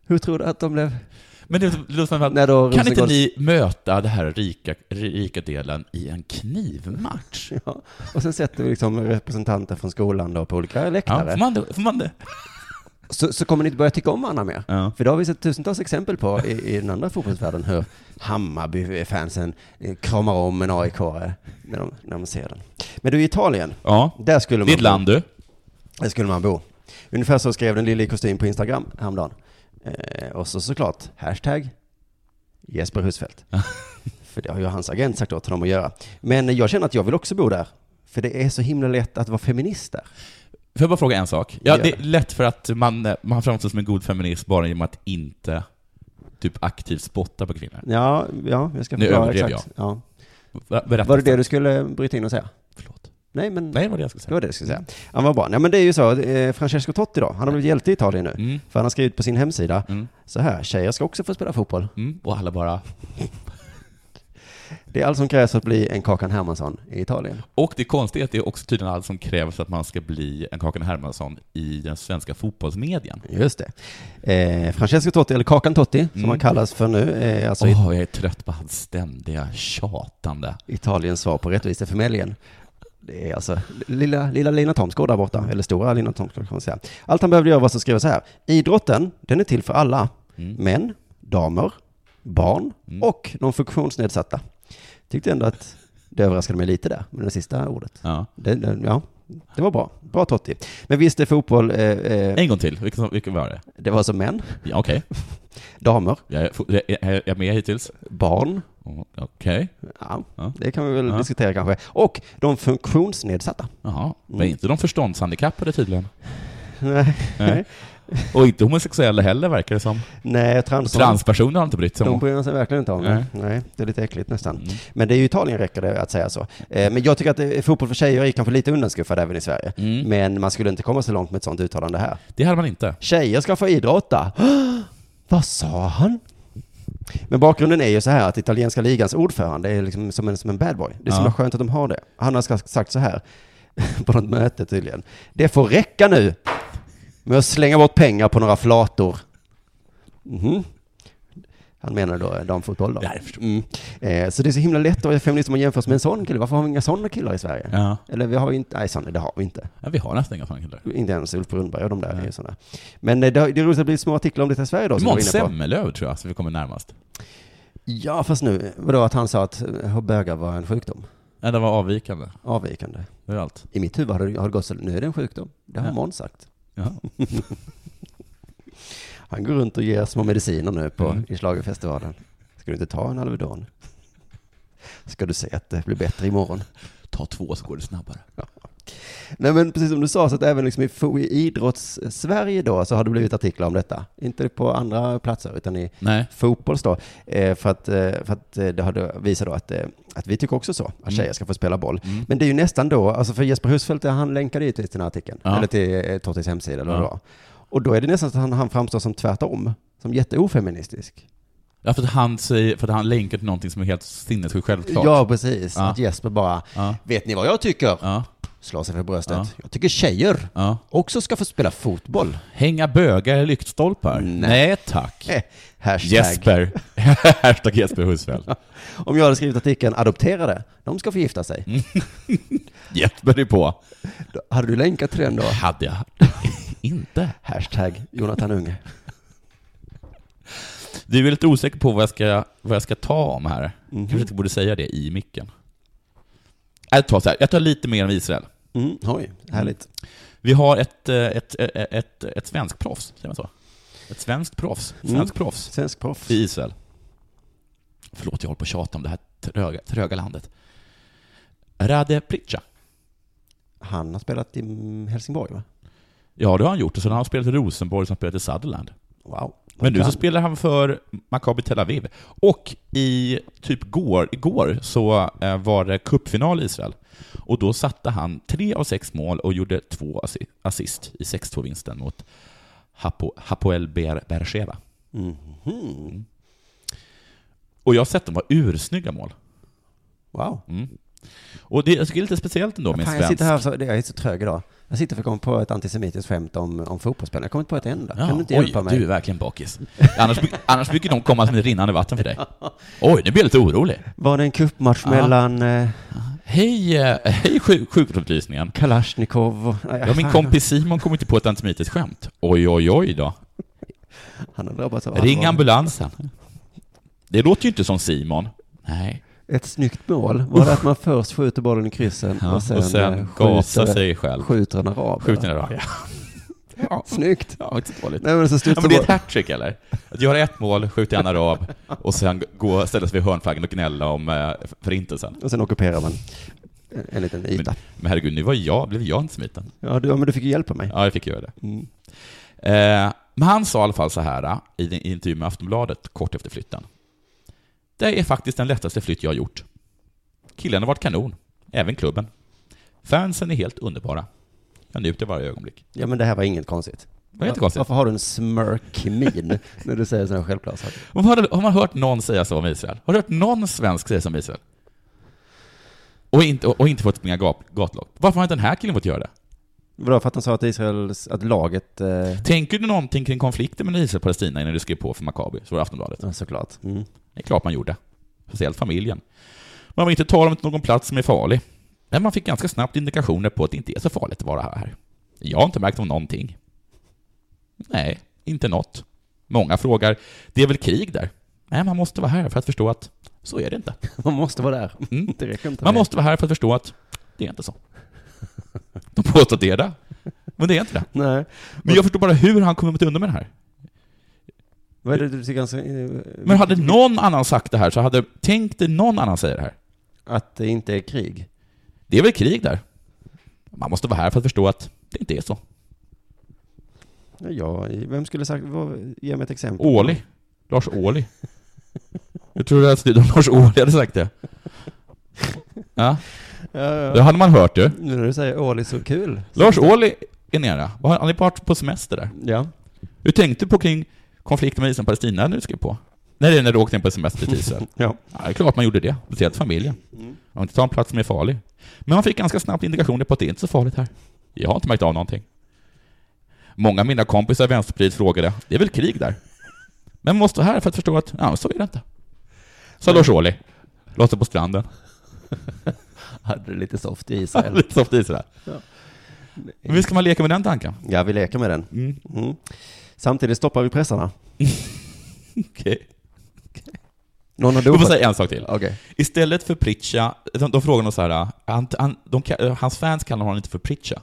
Speaker 1: Hur tror du att de blev? *laughs*
Speaker 4: Men det låter som att,
Speaker 1: När då
Speaker 4: kan inte
Speaker 1: Rosengård-
Speaker 4: ni möta den här rika, rika delen i en knivmatch?
Speaker 1: Ja. Och sen sätter vi liksom representanter från skolan då på olika
Speaker 4: Ja,
Speaker 1: läktare.
Speaker 4: får man det? Får man det?
Speaker 1: så, så kommer ni inte börja tycka om varandra mer.
Speaker 4: Ja.
Speaker 1: För det har vi sett tusentals exempel på i, i den andra fotbollsvärlden hur Hammarby-fansen eh, kramar om en aik eh, när de, när de ser den. Men du, i Italien,
Speaker 4: Ja,
Speaker 1: där skulle man
Speaker 4: ditt land du.
Speaker 1: där skulle man bo. Ungefär så skrev den lille i kostym på Instagram häromdagen. Eh, och så såklart, hashtag Jesper
Speaker 4: *laughs*
Speaker 1: Husfeldt. för det har ju hans agent sagt åt honom att göra. Men jag känner att jag vill också bo där. För det är så himla lätt att vara feminist där.
Speaker 4: Får jag bara fråga en sak? Ja,
Speaker 1: Gör
Speaker 4: det är
Speaker 1: det.
Speaker 4: lätt för att man, man framstår som en god feminist bara genom att inte typ aktivt spotta på kvinnor.
Speaker 1: Ja, ja jag ska
Speaker 4: Nu
Speaker 1: förklara
Speaker 4: överdrev
Speaker 1: exakt. Ja.
Speaker 4: Berätta.
Speaker 1: Var det det du skulle bryta in och säga?
Speaker 4: Förlåt.
Speaker 1: Nej, men
Speaker 4: Nej, det var det jag
Speaker 1: det
Speaker 4: skulle säga.
Speaker 1: var det jag skulle säga. Ja, vad bra. Nej, men det är ju så. eh, Francesco Totti då, han har blivit hjälte i Italien nu.
Speaker 4: Mm.
Speaker 1: För han har skrivit på sin hemsida
Speaker 4: Mm.
Speaker 1: så här, tjejer ska också få spela fotboll.
Speaker 4: Mm. Och alla bara
Speaker 1: Det är allt som krävs för att bli en Kakan Hermansson i Italien.
Speaker 4: Och det konstiga är att det är också tydligen allt som krävs för att man ska bli en Kakan Hermansson i den svenska fotbollsmedien.
Speaker 1: Just det. Eh, Francesco Totti, eller Kakan Totti, som han kallas för nu, är alltså
Speaker 4: Åh, jag är trött på hans ständiga tjatande.
Speaker 1: Italiens svar på rättviseförmedlingen. Det är alltså lilla, lilla Lina Thomsgård där borta, eller stora Lina Thomsgård kan man säga. Allt han behövde göra var att skriva så här. Idrotten, den är till för alla.
Speaker 4: Mm.
Speaker 1: Män, damer, barn och de funktionsnedsatta. Tyckte ändå att det överraskade mig lite där, med det sista ordet.
Speaker 4: Ja.
Speaker 1: Det, det, ja, det var bra. Bra Totti. Men visst är fotboll, eh, eh,
Speaker 4: En gång till, vilken, som- vilken var det?
Speaker 1: det var alltså män,
Speaker 4: Ja, okej.
Speaker 1: damer,
Speaker 4: Jag är, fo- jag är jag är med hittills?
Speaker 1: barn,
Speaker 4: Oh, Okej.
Speaker 1: ja,
Speaker 4: Ja.
Speaker 1: det kan vi väl
Speaker 4: Ja.
Speaker 1: diskutera kanske, och de funktionsnedsatta.
Speaker 4: Jaha. Men
Speaker 1: Mm.
Speaker 4: inte de förståndshandikappade tydligen.
Speaker 1: Nej.
Speaker 4: Och inte homosexuella heller verkar det som.
Speaker 1: Nej, trans,
Speaker 4: Transpersoner har inte brytt sig
Speaker 1: de
Speaker 4: om.
Speaker 1: bryr sig verkligen inte om det.
Speaker 4: Nej. Mm.
Speaker 1: Nej, det är lite äckligt nästan. Men det är ju Italien räcker det att säga så. Eh, Men jag tycker att eh, fotboll för tjejer är kanske lite undanskuffad även i Sverige.
Speaker 4: Mm.
Speaker 1: Men man skulle inte komma så långt med ett sånt uttalande här.
Speaker 4: Det hade man inte.
Speaker 1: Tjejer ska få idrotta. *gasps* Vad sa han? Men bakgrunden är ju så här att italienska ligans ordförande är liksom som en, som en bad boy. Det är så
Speaker 4: Ja.
Speaker 1: himla skönt att de har det. Han har ska- sagt så här *laughs* på något möte tydligen. Det får räcka nu med att slänga bort pengar på några flator. Mhm. Han menar då damfotboll då.
Speaker 4: Ja, jag förstår.
Speaker 1: Mm. Eh, så det är så himla lätt att vara feminist om man jämförs med en sån kille. Varför har vi inga sådana killar i Sverige?
Speaker 4: Ja.
Speaker 1: Eller vi har ju inte, nej sådana, det har vi inte.
Speaker 4: ja, vi har nästan inga sådana killar.
Speaker 1: Inte ens Ulf Brunnberg och de där
Speaker 4: Nej.
Speaker 1: är ju sådana. Men eh, det, har- det är roligt att det blir små artiklar om det i Sverige då. som vi var
Speaker 4: Måns
Speaker 1: inne på.
Speaker 4: Zelmerlöw tror jag, som vi kommer närmast.
Speaker 1: Ja, fast nu, vadå att han sa att eh, bögar var en sjukdom?
Speaker 4: Nej, det var avvikande.
Speaker 1: Avvikande.
Speaker 4: Det var allt.
Speaker 1: I mitt huvud har det, har det gått så, nu är det en sjukdom. Det har
Speaker 4: Ja.
Speaker 1: Måns sagt.
Speaker 4: Ja.
Speaker 1: Han går runt och ger små mediciner nu på,
Speaker 4: Mm.
Speaker 1: i schlagerfestivalen. Ska du inte ta en Alvedon? Ska du se att det blir bättre imorgon?
Speaker 4: Ta två så går det snabbare.
Speaker 1: Nej men precis som du sa, så att även liksom i, fo- i idrotts-Sverige då så har det blivit artiklar om detta. Inte på andra platser utan i
Speaker 4: Nej.
Speaker 1: fotbolls då. Eh, för att, eh, för att eh, det har då visat då att, eh, att vi tycker också så,
Speaker 4: Mm.
Speaker 1: att tjejer ska få spela boll. Men det är ju nästan då, alltså för Jesper Husfeldt, han länkade ju till den här artikeln,
Speaker 4: Ja.
Speaker 1: eller till eh, Tottis hemsida eller vad det
Speaker 4: Ja.
Speaker 1: var. Och då är det nästan så att han, han framstår som tvärtom, som jätteofeministisk.
Speaker 4: Ja, för att han, säger, för att han länkar till någonting som är helt sinnessjukt självklart.
Speaker 1: Ja, precis.
Speaker 4: Ja.
Speaker 1: Att Jesper bara,
Speaker 4: Ja.
Speaker 1: vet ni vad jag tycker?
Speaker 4: Ja.
Speaker 1: Slår sig för bröstet.
Speaker 4: Ja.
Speaker 1: Jag tycker tjejer
Speaker 4: ja.
Speaker 1: också ska få spela fotboll.
Speaker 4: Hänga bögar i lyktstolpar?
Speaker 1: Nej.
Speaker 4: tack.
Speaker 1: *laughs* Eh, Hashtag.
Speaker 4: Jesper. *laughs* Hashtag Jesper Husfeldt.
Speaker 1: Om jag hade skrivit artikeln adopterade, de ska få gifta sig.
Speaker 4: Jesper är Mm. på.
Speaker 1: Då- Hade du länkat till den då?
Speaker 4: Hade jag *laughs* inte.
Speaker 1: Hashtag Jonathan Unge.
Speaker 4: Du är lite osäker på vad jag ska, vad jag ska ta om här.
Speaker 1: Mhm. Mm.
Speaker 4: Kanske inte borde säga det i micken. Jag tar, så här. jag tar lite mer om Israel.
Speaker 1: Mm, oj, härligt.
Speaker 4: Vi har ett, eh, ett, ett, ett, ett svenskt proffs, säger man så? Ett svenskt proffs,
Speaker 1: Mm.
Speaker 4: svensk proffs
Speaker 1: Svensk proffs.
Speaker 4: i Israel. Förlåt, jag håller på att tjata om det här tröga, tröga landet. Rade Pritcha.
Speaker 1: Han har spelat i mm, Helsingborg va?
Speaker 4: Ja, det har han gjort. Och sen har han spelat i Rosenborg, och sen har han spelat i Sutherland.
Speaker 1: Wow.
Speaker 4: Men nu
Speaker 1: Kan.
Speaker 4: så spelar han för Maccabi Tel Aviv. Och i typ går, igår så eh, var det cupfinal i Israel. Och då satte han tre av sex mål och gjorde två assi- assist i 6-2-vinsten mot Hapo, Hapoel Ber- Beersheva.
Speaker 1: Mhm.
Speaker 4: Och jag har sett dem vara ursnygga mål. Mm.
Speaker 1: Wow.
Speaker 4: Och det jag tycker det är lite speciellt ändå med en
Speaker 1: Fan, jag
Speaker 4: svensk.
Speaker 1: sitter här så, det- jag är så trög idag. Jag sitter för att komma på ett antisemitiskt skämt om, om fotbollsspelare. Jag kommer inte på ett enda.
Speaker 4: Ja,
Speaker 1: kan du inte
Speaker 4: oj,
Speaker 1: hjälpa mig?
Speaker 4: du är verkligen bakis. Annars, bruk- annars brukar de komma som ett rinnande vatten
Speaker 1: *laughs*
Speaker 4: för dig. Oj, nu blir jag lite orolig.
Speaker 1: Var det en kuppmatch mellan eh,
Speaker 4: Hej, eh, hej sjuk- sjukvårdsupplysningen.
Speaker 1: Kalashnikov och... Nej,
Speaker 4: Ja, min
Speaker 1: fan,
Speaker 4: kompis Simon kom inte på ett antisemitiskt skämt. Oj, oj, oj då.
Speaker 1: Han har drabbats av
Speaker 4: Ring
Speaker 1: allvarlig-
Speaker 4: ambulansen. Det låter ju inte som Simon. Nej.
Speaker 1: Ett snyggt mål. Var det att man först skjuter bollen i kryssen
Speaker 4: Ja,
Speaker 1: och sen,
Speaker 4: och
Speaker 1: eh,
Speaker 4: sen gasar
Speaker 1: skjuter,
Speaker 4: sig själv.
Speaker 1: skjuter en arab?
Speaker 4: Skjut
Speaker 1: eller?
Speaker 4: ner raka. Ja,
Speaker 1: Snyggt.
Speaker 4: ja, inte så dåligt.
Speaker 1: Nej, men så studsar
Speaker 4: Ja, men det är ett
Speaker 1: bollen-
Speaker 4: hattrick eller? Att göra ett mål, skjuta en arab och sen gå, ställa sig vid hörnflaggan och gnälla om eh, förintelsen.
Speaker 1: Och sen ockuperar man en, en liten yta.
Speaker 4: Men, men herregud, nu var jag, blev jag antisemiten.
Speaker 1: Ja, du, ja, men du fick ju hjälpa mig.
Speaker 4: Ja, jag fick göra det.
Speaker 1: Mm.
Speaker 4: Eh, men han sa i alla fall så här eh, i en intervju med Aftonbladet kort efter flytten. Det är faktiskt den lättaste flytt jag har gjort. Killen har varit kanon, även klubben. Fansen är helt underbara. Jag njuter varje ögonblick.
Speaker 1: Ja, men det här var inget konstigt.
Speaker 4: Det var inte konstigt.
Speaker 1: Varför har du en smirk-min *laughs* när du säger sådana självklara saker?
Speaker 4: Har man, har man hört någon säga så om Israel? Har du hört någon svensk säga så om Israel? Och inte, och, och inte fått springa gap, gatlopp. Varför har inte den här killen fått göra det?
Speaker 1: Vadå, för att de sa att Israels, att laget, eh,
Speaker 4: Tänker du någonting kring konflikten mellan Israel och Palestina innan du skrev på för Maccabi? Så var det Aftonbladet.
Speaker 1: ja, såklart. Mm.
Speaker 4: Det är klart man gjorde. Speciellt familjen. Man vill inte tala om till någon plats som är farlig. Men man fick ganska snabbt indikationer på att det inte är så farligt att vara här. Jag har inte märkt om någonting. Nej, inte något. Många frågar, det är väl krig där? Nej, man måste vara här för att förstå att så är det inte.
Speaker 1: *laughs* Man måste vara där. *laughs*
Speaker 4: Mm.
Speaker 1: Det räcker inte
Speaker 4: Man
Speaker 1: med-
Speaker 4: måste vara här för att förstå att det är inte så. De påstår att det är det, men det är inte det.
Speaker 1: Nej.
Speaker 4: Men jag förstår bara hur han kommit undan med det här.
Speaker 1: Vad är det du tycker ganska... eh,
Speaker 4: Men hade någon annan sagt det här så hade, tänk dig någon annan säger det här.
Speaker 1: Att det inte är krig?
Speaker 4: Det är väl krig där? Man måste vara här för att förstå att det inte är så.
Speaker 1: Ja, vem skulle sagt... Vad, ge mig ett exempel.
Speaker 4: Åli. Lars Åli. Jag tror att det är Lars Åli hade sagt det. Ja,
Speaker 1: Ja, ja.
Speaker 4: det hade man hört ju.
Speaker 1: Nu när du säger ål är så kul.
Speaker 4: Lars Åli är nere. Vad har- Han är part på semester där.
Speaker 1: Ja.
Speaker 4: Hur tänkte du på kring konflikten mellan Israel och Palestina när du skrev på? Nej, det är när du åkte in på semester till Israel.
Speaker 1: Ja.
Speaker 4: Ja, det är klart man gjorde det. Speciellt familjen. Man vill inte ta en plats som är farlig. Men man fick ganska snabbt indikationer på att det inte är så farligt här. Jag har inte märkt av någonting. Många av mina kompisar i Vänsterpartiet frågade, det är väl krig där? Men man måste vara här för att förstå att, ja, så är det inte. Sa Lars Ohly. Låter på stranden.
Speaker 1: Hade det lite soft i *laughs* Israel.
Speaker 4: *laughs* Lite soft i sådär. Men Hur ska man leka med den tanken?
Speaker 1: Ja, vi leker med den. Mm. Samtidigt stoppar vi pressarna.
Speaker 4: *laughs* Okej.
Speaker 1: Någon har
Speaker 4: Jag får
Speaker 1: dopat.
Speaker 4: säga en sak till.
Speaker 1: Okej.
Speaker 4: Istället för Pritcha, de, de frågar nog så här, han, han, de, ka- hans fans kallar honom inte för Pritcha.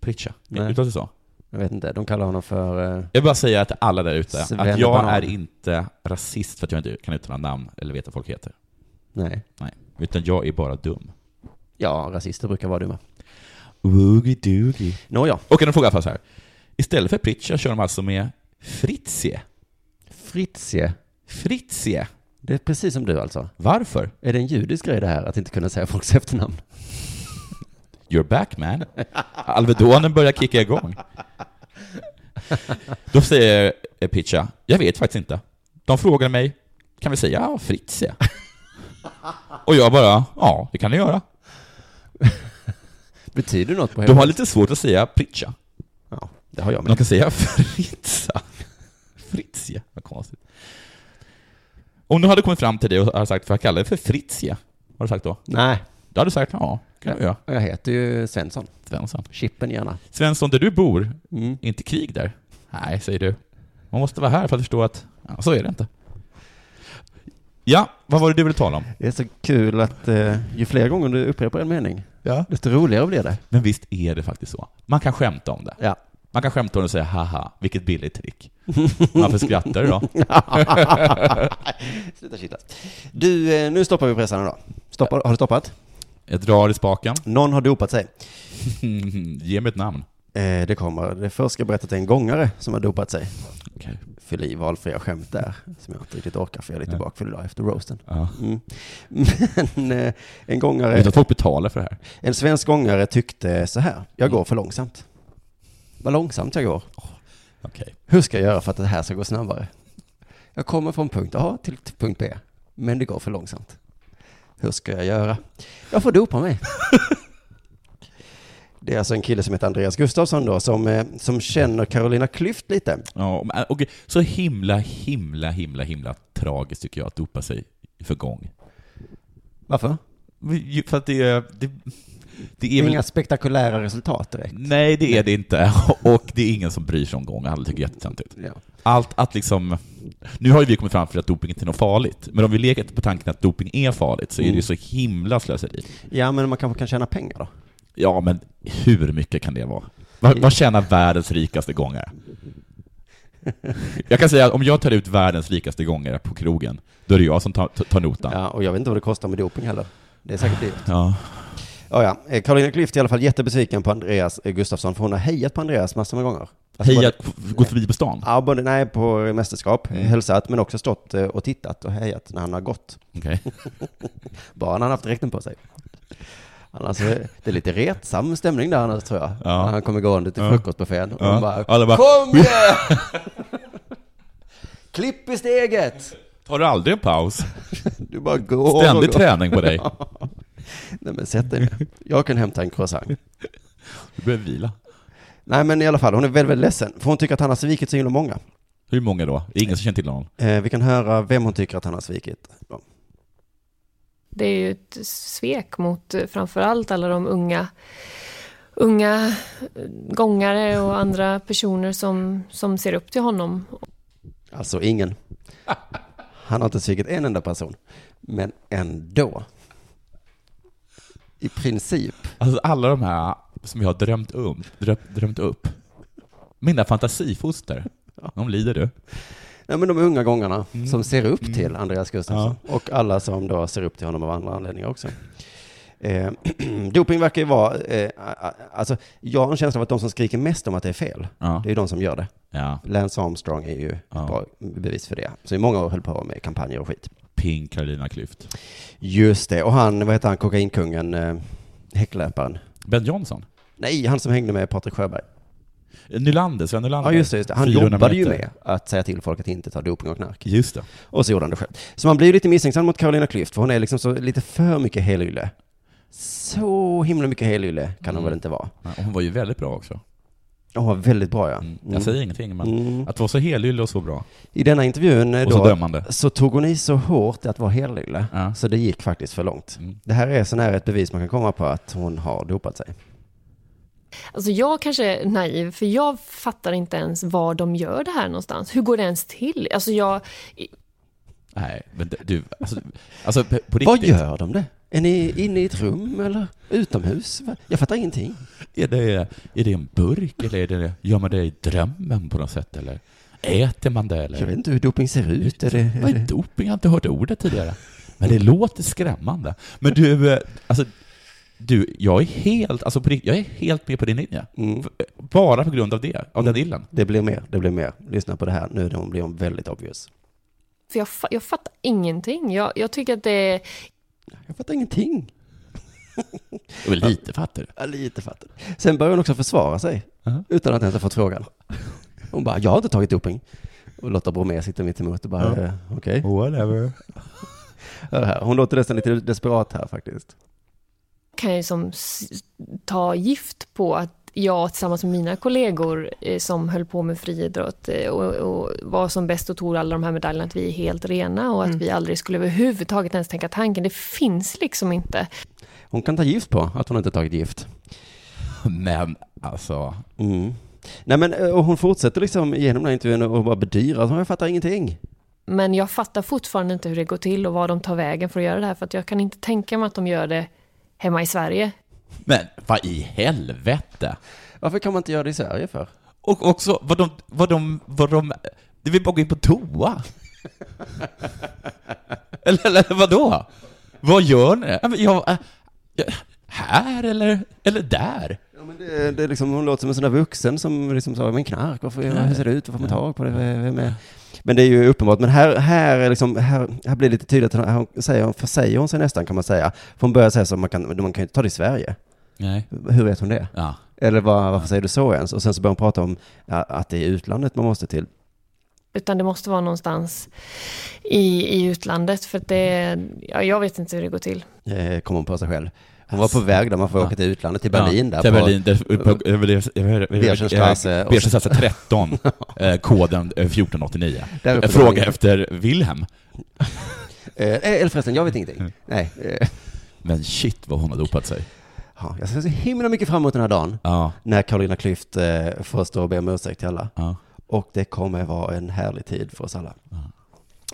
Speaker 4: Pritcha,
Speaker 1: Nej.
Speaker 4: utan det så.
Speaker 1: Jag vet inte, de kallar honom för... eh,
Speaker 4: Jag vill bara säga till alla där ute, att jag
Speaker 1: Svennebanan.
Speaker 4: är inte rasist för att jag inte kan uttala namn eller veta vad folk heter.
Speaker 1: nej.
Speaker 4: Nej. Utan jag är bara dum.
Speaker 1: Ja, rasister brukar vara dumma.
Speaker 4: Woogie-doogie.
Speaker 1: Nåja.
Speaker 4: Okej, då frågar jag fast här. Istället för Pritcha kör de alltså med Fritzie.
Speaker 1: Fritzje.
Speaker 4: Fritzie.
Speaker 1: Det är precis som du alltså.
Speaker 4: Varför?
Speaker 1: Är det en judisk grej det här, att inte kunna säga folks efternamn?
Speaker 4: You're back man. Alvedonen börjar kicka igång. Då säger eh, Pitcha, jag vet faktiskt inte. De frågar mig, kan vi säga ja, Fritzia? Och jag bara, ja det kan ni göra.
Speaker 1: Betyder det något på
Speaker 4: De har lite svårt att säga Pritcha.
Speaker 1: Ja, det har jag
Speaker 4: Men de
Speaker 1: med.
Speaker 4: kan säga *laughs* Fritza. Fritzia, vad konstigt. Om du hade kommit fram till dig och hade sagt, för jag kallar dig för Fritzia, vad har du sagt då?
Speaker 1: Nej,
Speaker 4: Då hade du sagt, ja, det kan vi göra.
Speaker 1: jag heter ju Svensson.
Speaker 4: Svensson.
Speaker 1: Chippen gärna.
Speaker 4: Svensson, där du bor,
Speaker 1: Mm.
Speaker 4: inte krig där. Nej, säger du. Man måste vara här för att förstå att ja, så är det inte. Ja, vad var det du ville tala om?
Speaker 1: Det är så kul att eh, ju fler gånger du upprepar en mening,
Speaker 4: Ja.
Speaker 1: desto roligare blir det.
Speaker 4: Men visst är det faktiskt så. Man kan skämta om det.
Speaker 1: *laughs* Ja.
Speaker 4: Man kan skämta om det och säga haha, vilket billigt trick. Varför skrattar du då?
Speaker 1: Sluta kittlas. Du, eh, nu stoppar vi pressarna då. Stoppar, har du stoppat?
Speaker 4: Jag drar i spaken. *laughs*
Speaker 1: Någon har dopat sig.
Speaker 4: Ge mig ett namn.
Speaker 1: Eh, det kommer. Det först ska jag berätta att det är en gångare som har dopat sig.
Speaker 4: Okej.
Speaker 1: Fyll i valfria skämt där, som jag inte riktigt orkar för jag är lite bakfull idag efter roasten.
Speaker 4: Ja.
Speaker 1: Mm. *laughs* Men eh, en
Speaker 4: Jag
Speaker 1: gångare...
Speaker 4: vet att folk betalar för det här.
Speaker 1: En svensk gångare tyckte så här. Jag
Speaker 4: Mm.
Speaker 1: går för långsamt. Vad långsamt jag går.
Speaker 4: Okej.
Speaker 1: Hur ska jag göra för att det här ska gå snabbare? Jag kommer från punkt A till t- punkt B, men det går för långsamt. Hur ska jag göra? Jag får dopa *laughs* mig. Det är alltså en kille som heter Andreas Gustafsson då, som, eh, som känner Carolina Klüft lite.
Speaker 4: Ja, men, okej. Så himla, himla, himla, himla tragiskt tycker jag att dopa sig för gång.
Speaker 1: Varför?
Speaker 4: För att det är... Det, det är väl
Speaker 1: Inga spektakulära resultat direkt.
Speaker 4: Nej, det är det inte. *laughs* Och det är ingen som bryr sig om gång. Alla tycker det är jättetöntigt.
Speaker 1: Ja.
Speaker 4: Allt att liksom... Nu har ju vi kommit fram till att doping inte är något farligt. Men om vi leker på tanken att doping är farligt så är det ju så himla slöseri.
Speaker 1: ja, men man kanske kan tjäna pengar då?
Speaker 4: Ja, men hur mycket kan det vara? Vad vad tjänar världens rikaste gångare? Jag kan säga att om jag tar ut världens rikaste gångare på krogen, då är det jag som tar, tar notan.
Speaker 1: Ja, Alltså, och jag vet inte vad det kostar med doping heller. Det är säkert dyrt.
Speaker 4: Ja.
Speaker 1: Ja, ja. Eh, Carolina Klüft är i alla fall jättebesviken på Andreas eh, Gustafsson, för hon har hejat på Andreas massor med gånger. Alltså
Speaker 4: Hej
Speaker 1: både-
Speaker 4: att gå förbi på stan.
Speaker 1: Ja, både nej, på mästerskap,
Speaker 4: Mm.
Speaker 1: hälsat, men också stått eh, och tittat och hejat när han har gått.
Speaker 4: Okej.
Speaker 1: Bara när han har haft dräkten på sig. Annars, är det är lite retsam stämning där annars tror jag.
Speaker 4: Ja.
Speaker 1: När han kommer gående till
Speaker 4: Ja.
Speaker 1: frukostbuffén. Och
Speaker 4: Ja.
Speaker 1: de bara,
Speaker 4: Alla bara,
Speaker 1: Kom igen! Klipp i steget!
Speaker 4: Tar du aldrig en paus?
Speaker 1: Du bara går *laughs*
Speaker 4: Ständig
Speaker 1: och går.
Speaker 4: träning på dig.
Speaker 1: Nej men sätt dig ner. Jag kan hämta en croissant.
Speaker 4: Du behöver vila.
Speaker 1: Nej men i alla fall, hon är väldigt, väldigt ledsen. För hon tycker att han har svikit så himla många.
Speaker 4: Hur många då? Det är ingen som känner till honom.
Speaker 1: Eh, vi kan höra vem hon tycker att han har svikit. Ja.
Speaker 5: Det är ju ett svek mot eh, framförallt alla de unga, unga eh, gångare och andra personer som, som ser upp till honom.
Speaker 1: Alltså ingen. Han har inte svikit en enda person. Men ändå. I princip.
Speaker 4: Alltså alla de här som jag har drömt, um, drömt, drömt upp. Mina fantasifoster. De lider du.
Speaker 1: Nej, men de unga gångarna som ser upp till Andreas Gustafsson. Och alla som då ser upp till honom av andra anledningar också. Eh, *clears throat* doping verkar ju vara, eh, a- a- alltså jag har en känsla av att de som skriker mest om att det är fel,
Speaker 4: Ja.
Speaker 1: det är de som gör det.
Speaker 4: Ja.
Speaker 1: Lance Armstrong är ju ett
Speaker 4: Ja.
Speaker 1: bra bevis för det. Så i många år höll på med kampanjer och skit.
Speaker 4: Pink Carolina Klüft.
Speaker 1: Just det, och han, vad heter han, kokainkungen, eh, häcklöparen.
Speaker 4: Ben Johnson.
Speaker 1: Nej, han som hängde med Patrik Sjöberg.
Speaker 4: Nylander, Sven Nylander.
Speaker 1: Ja, just det, just det. Han
Speaker 4: 400
Speaker 1: jobbade ju
Speaker 4: meter.
Speaker 1: med att säga till folk att inte ta doping och knark.
Speaker 4: Just det.
Speaker 1: Och så gjorde han det själv. Så man blir ju lite misstänksam mot Carolina Klüft, för hon är liksom så lite för mycket helylle.
Speaker 4: Mm.
Speaker 1: Så himla mycket helylle kan hon väl inte vara.
Speaker 4: Nej, Hon var ju väldigt bra också.
Speaker 1: Ja, väldigt bra ja.
Speaker 4: Mm.
Speaker 1: Mm.
Speaker 4: Jag säger ingenting, men
Speaker 1: Mm.
Speaker 4: att vara så helylle och så bra,
Speaker 1: I denna intervjun eh,
Speaker 4: och så
Speaker 1: då,
Speaker 4: dömande.
Speaker 1: så tog hon i så hårt att vara helylle,
Speaker 4: Ja.
Speaker 1: så det gick faktiskt för långt.
Speaker 4: Mm.
Speaker 1: Det här är så nära ett bevis man kan komma på att hon har dopat sig.
Speaker 5: Alltså jag kanske är naiv, för jag fattar inte ens var de gör det här någonstans. Hur går det ens till? Alltså jag,
Speaker 4: Nej, men det- du, alltså, alltså på på
Speaker 1: Vad
Speaker 4: riktigt.
Speaker 1: gör de det? Är ni inne i ett rum eller utomhus? Va? Jag fattar ingenting.
Speaker 4: Är det, är det en burk eller är det, gör man det i drömmen på något sätt eller? Äter man det
Speaker 1: Jag
Speaker 4: eller?
Speaker 1: vet inte hur doping ser ut. Är det, är
Speaker 4: Vad är
Speaker 1: det...
Speaker 4: doping? Jag har inte hört ordet tidigare. Men det låter skrämmande. Men du, eh, alltså, du, jag är helt, alltså på, riktigt, jag är helt med på din linje.
Speaker 1: Mm.
Speaker 4: Bara på grund av det, av den illen.
Speaker 1: Det blir mer, det blir mer. Lyssna på det här nu, då blir hon väldigt obvious.
Speaker 5: för jag, fa- jag fattar ingenting. Jag, jag tycker att det är,
Speaker 1: Jag fattar ingenting.
Speaker 4: Och lite fattar du.
Speaker 1: Ja, lite fattar. Sen börjar hon också försvara sig,
Speaker 4: Ja.
Speaker 1: utan att ens ha fått frågan. Hon bara, jag har inte tagit doping. Och Lotta Bromé sitter mitt emot och bara,
Speaker 4: Ja.
Speaker 1: "Eh, okej.
Speaker 4: Whatever.
Speaker 1: Hör här. Hon låter nästan lite desperat här faktiskt.
Speaker 5: kan jag ju som s- ta gift på att jag tillsammans med mina kollegor eh, som höll på med friidrott eh, och, och var som bäst och tog alla de här medaljerna, att vi är helt rena och att vi aldrig skulle överhuvudtaget ens tänka tanken. Det finns liksom inte.
Speaker 1: Hon kan ta gift på att hon inte tagit gift.
Speaker 4: Men alltså,
Speaker 1: Mm. Nej men, eh, och hon fortsätter liksom genom den här intervjun och bara bedyrar att hon fattar ingenting.
Speaker 5: Men jag fattar fortfarande inte hur det går till och vad de tar vägen för att göra det här. För att jag kan inte tänka mig att de gör det hemma i Sverige.
Speaker 4: men vad i helvete?
Speaker 1: Varför kan man inte göra det i Sverige för?
Speaker 4: Och också vad de, vad de, vad de, det vill bara gå in på toa. *laughs* eller, eller vadå? Vad gör ni? Ja, men Jag, äh, jag, här eller, eller där?
Speaker 1: Ja, men det, det är liksom, hon låter som en sån där vuxen som liksom sa, men knark, varför, hur ser det ut, var får man tag på det, vem är... Men det är ju uppenbart, men här, här, är liksom, här, här blir det lite tydligt, att hon, hon säger, hon försäger hon sig nästan kan man säga. För hon börjar säga så, man kan, man kan ju inte ta det i Sverige.
Speaker 4: Nej.
Speaker 1: Hur vet hon det?
Speaker 4: Ja.
Speaker 1: Eller vad, varför säger du så ens? Och sen så börjar hon prata om ja, att det är utlandet man måste till.
Speaker 5: Utan det måste vara någonstans i, i utlandet. För att det, ja, jag vet inte hur det går till.
Speaker 1: Eh, kom hon på sig själv. Hon var på väg där man får
Speaker 4: Alltså, Ja.
Speaker 1: åka till utlandet, till Berlin där.
Speaker 4: ja, Till
Speaker 1: på-
Speaker 4: Berlin, där, på, på, över det- över- över-
Speaker 1: Bergenstrasse och-
Speaker 4: Bergenstrasse
Speaker 1: *laughs*
Speaker 4: 13, eh, koden eh, 1489.
Speaker 1: Där uppe
Speaker 4: Eh,
Speaker 1: på
Speaker 4: Fråga
Speaker 1: Berlin.
Speaker 4: efter Wilhelm.
Speaker 1: Eh, eller förresten, jag vet
Speaker 4: Mm.
Speaker 1: ingenting. Nej. Eh,
Speaker 4: Men shit vad hon har dopat sig.
Speaker 1: ja, jag ser så himla mycket fram emot den här dagen.
Speaker 4: Ja,
Speaker 1: När Carolina Klüft eh, får stå och be om ursäkt till alla.
Speaker 4: ja.
Speaker 1: Och det kommer vara en härlig tid för oss alla.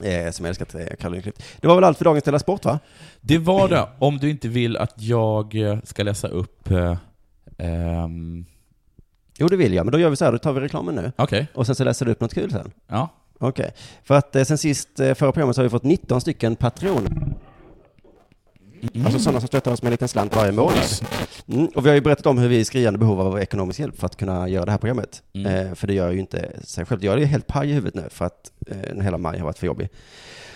Speaker 1: Eh, som älskat eh, Carolina Klüft. Det var väl allt för dagens Della Sport va?
Speaker 4: Det var det, om du inte vill att jag eh, ska läsa upp... Eh, ehm,
Speaker 1: Jo det vill jag, men då gör vi så här, då tar vi reklamen nu.
Speaker 4: Okej,
Speaker 1: Och sen så läser du upp något kul sen.
Speaker 4: ja.
Speaker 1: Okej. För att eh, sen sist, eh, förra programmet, så har vi fått 19 stycken patroner. Alltså sådana som stöttar oss med en liten slant varje månad. Mm. Och vi har ju berättat om hur vi är i skriande behov av ekonomisk hjälp för att kunna göra det här programmet.
Speaker 4: Mm.
Speaker 1: Eh, för det gör jag ju inte sig själv. Jag är ju helt paj i huvudet nu för att eh, hela maj har varit för jobbig.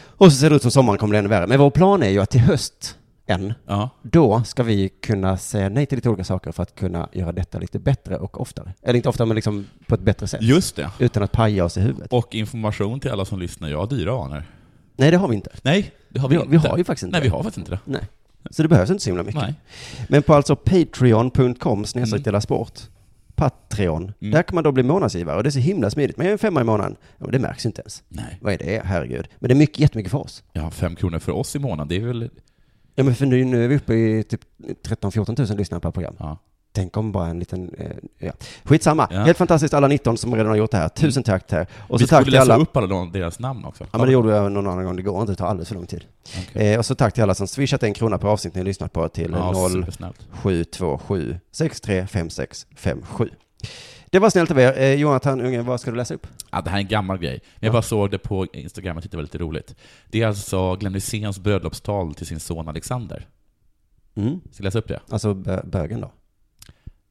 Speaker 1: Och så ser det ut som sommaren kommer bli ännu värre. Men vår plan är ju att till höst, än,
Speaker 4: ja.
Speaker 1: då ska vi kunna säga nej till lite olika saker för att kunna göra detta lite bättre och oftare. Eller inte oftare, men liksom på ett bättre sätt.
Speaker 4: Just det.
Speaker 1: Utan att paja oss i huvudet.
Speaker 4: Och information till alla som lyssnar, jag har dyra anor.
Speaker 1: Nej, det har vi inte.
Speaker 4: Nej, det har vi,
Speaker 1: Vi har,
Speaker 4: inte.
Speaker 1: vi har ju faktiskt inte
Speaker 4: Nej,
Speaker 1: det.
Speaker 4: vi har faktiskt inte det.
Speaker 1: Nej. Så det behövs inte så himla mycket.
Speaker 4: Nej.
Speaker 1: Men på alltså patreon.com
Speaker 4: Mm.
Speaker 1: snedstreck Della sport. Patreon.
Speaker 4: Mm.
Speaker 1: Där kan man då bli månadsgivare och det är så himla smidigt. Men jag är en femma i månaden. Ja, men det märks inte ens.
Speaker 4: Nej.
Speaker 1: Vad är det? Herregud. Men det är mycket, jättemycket för oss.
Speaker 4: Ja, fem kronor för oss i månaden, det är väl...
Speaker 1: Ja men för nu, nu är vi uppe i typ 13-14 tusen lyssnare per program.
Speaker 4: Ja.
Speaker 1: Tänk om bara en liten, eh, ja. Skitsamma.
Speaker 4: Ja. Mm.
Speaker 1: Helt fantastiskt alla 19 som redan har gjort det här. Tusen tack till er. Och så
Speaker 4: vi
Speaker 1: tack
Speaker 4: skulle
Speaker 1: till
Speaker 4: läsa
Speaker 1: alla.
Speaker 4: upp alla de- deras namn också.
Speaker 1: Ja men det gjorde jag någon annan gång. Det går inte, det tar alldeles för lång tid.
Speaker 4: Okej.
Speaker 1: Eh, och så tack till alla som swishat en krona per avsnitt ni har lyssnat på till
Speaker 4: Ja,
Speaker 1: 0
Speaker 4: supersnällt.
Speaker 1: 727 635657. Det var snällt av er. Eh, Jonathan Unge, vad ska du läsa upp?
Speaker 4: Ja, det här är en gammal grej. Men jag bara såg det på Instagram och tyckte det var lite roligt. Det är alltså Glenn Hyséns bröllopstal till sin son Alexander.
Speaker 1: Mm.
Speaker 4: Ska jag läsa upp det?
Speaker 1: Alltså bö- bögen då?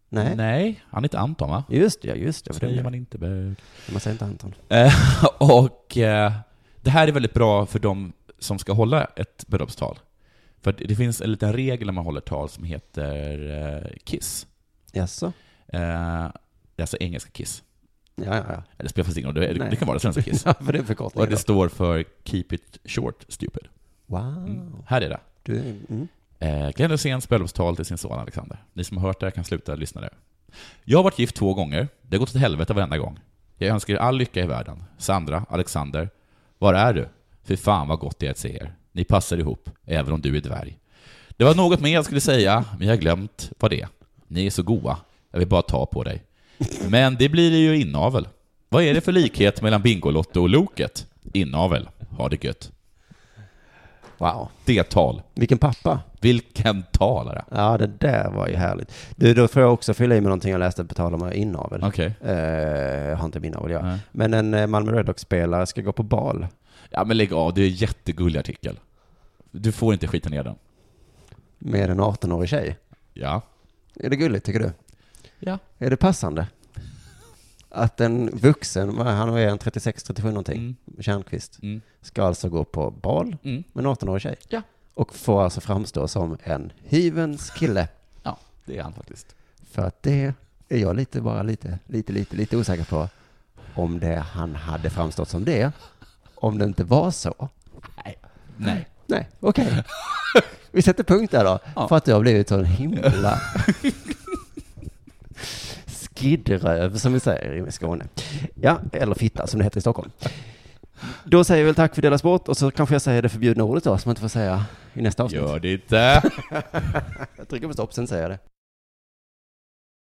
Speaker 1: Nej.
Speaker 4: han heter Anton va?
Speaker 1: Just det, ja, just det. För
Speaker 4: Säger
Speaker 1: det
Speaker 4: man
Speaker 1: man...
Speaker 4: inte bög.
Speaker 1: man säger inte Anton.
Speaker 4: Eh, *laughs* och eh, det här är väldigt bra för de som ska hålla ett bröllopstal. För att det finns en liten regel när man håller tal som heter eh, KISS.
Speaker 1: Jaså?
Speaker 4: Eh, alltså engelska KISS.
Speaker 1: Ja, ja, ja.
Speaker 4: Eller spelar faktiskt ingen roll, det,
Speaker 1: Nej.
Speaker 4: det kan vara det svenska
Speaker 1: *laughs*
Speaker 4: KISS.
Speaker 1: ja för det är förkortningen.
Speaker 4: Och det står för Keep It Short Stupid.
Speaker 1: Wow.
Speaker 4: Mm. Här är det.
Speaker 1: Du, är- mm.
Speaker 4: Eh, Glenn Hyséns bröllopstal till sin son Alexander. Ni som har hört det här kan sluta lyssna nu. Jag har varit gift två gånger. Det har gått åt helvete varenda gång. Jag önskar er all lycka i världen. Sandra, Alexander, var är du? Fy fan vad gott det är att se er. Ni passar ihop, även om du är dvärg. Det var något mer jag skulle säga, men jag har glömt vad det är. Ni är så goa. Jag vill bara ta på dig. Men det blir det ju inavel. Vad är det för likhet mellan Bingolotto och Loket? Inavel. Ha det gött.
Speaker 1: Wow.
Speaker 4: Det tal.
Speaker 1: Vilken pappa.
Speaker 4: Vilken talare.
Speaker 1: Ja, det där var ju härligt. Du, då får jag också fylla i med någonting jag läste på tal om inavel.
Speaker 4: Okej.
Speaker 1: Eh, jag har inte med inavel, jag.
Speaker 4: Nej.
Speaker 1: Men en eh, Malmö Redhawks-spelare ska gå på bal.
Speaker 4: Ja men lägg av, det är en jättegullig artikel. Du får inte skita ner den.
Speaker 1: med en 18-årig tjej.
Speaker 4: Ja.
Speaker 1: Är det gulligt, tycker du?
Speaker 4: Ja.
Speaker 1: Är det passande? Att en vuxen, vad är han är en 36-37 någonting,
Speaker 4: Mm.
Speaker 1: Kärnqvist,
Speaker 4: Mm.
Speaker 1: ska alltså gå på bal
Speaker 4: Mm.
Speaker 1: med en 18-årig tjej.
Speaker 4: Ja.
Speaker 1: Och få alltså framstå som en hyvens
Speaker 4: *laughs*
Speaker 1: kille.
Speaker 4: Ja, det är han faktiskt.
Speaker 1: För att det är jag lite, bara lite, lite, lite, lite osäker på. Om det han hade framstått som det, om det inte var så.
Speaker 4: Nej. Nej.
Speaker 1: Nej, okej. Vi sätter punkt där då.
Speaker 4: Ja.
Speaker 1: För att du har blivit sån himla skidröv som vi säger i Skåne. Ja, eller fitta som det heter i Stockholm. Då säger vi väl tack för Dela Sport och så kanske jag säger det förbjudna ordet då som man inte får säga i nästa avsnitt. *laughs*
Speaker 4: Gör det inte.
Speaker 1: Jag trycker på stopp, sen säger jag det.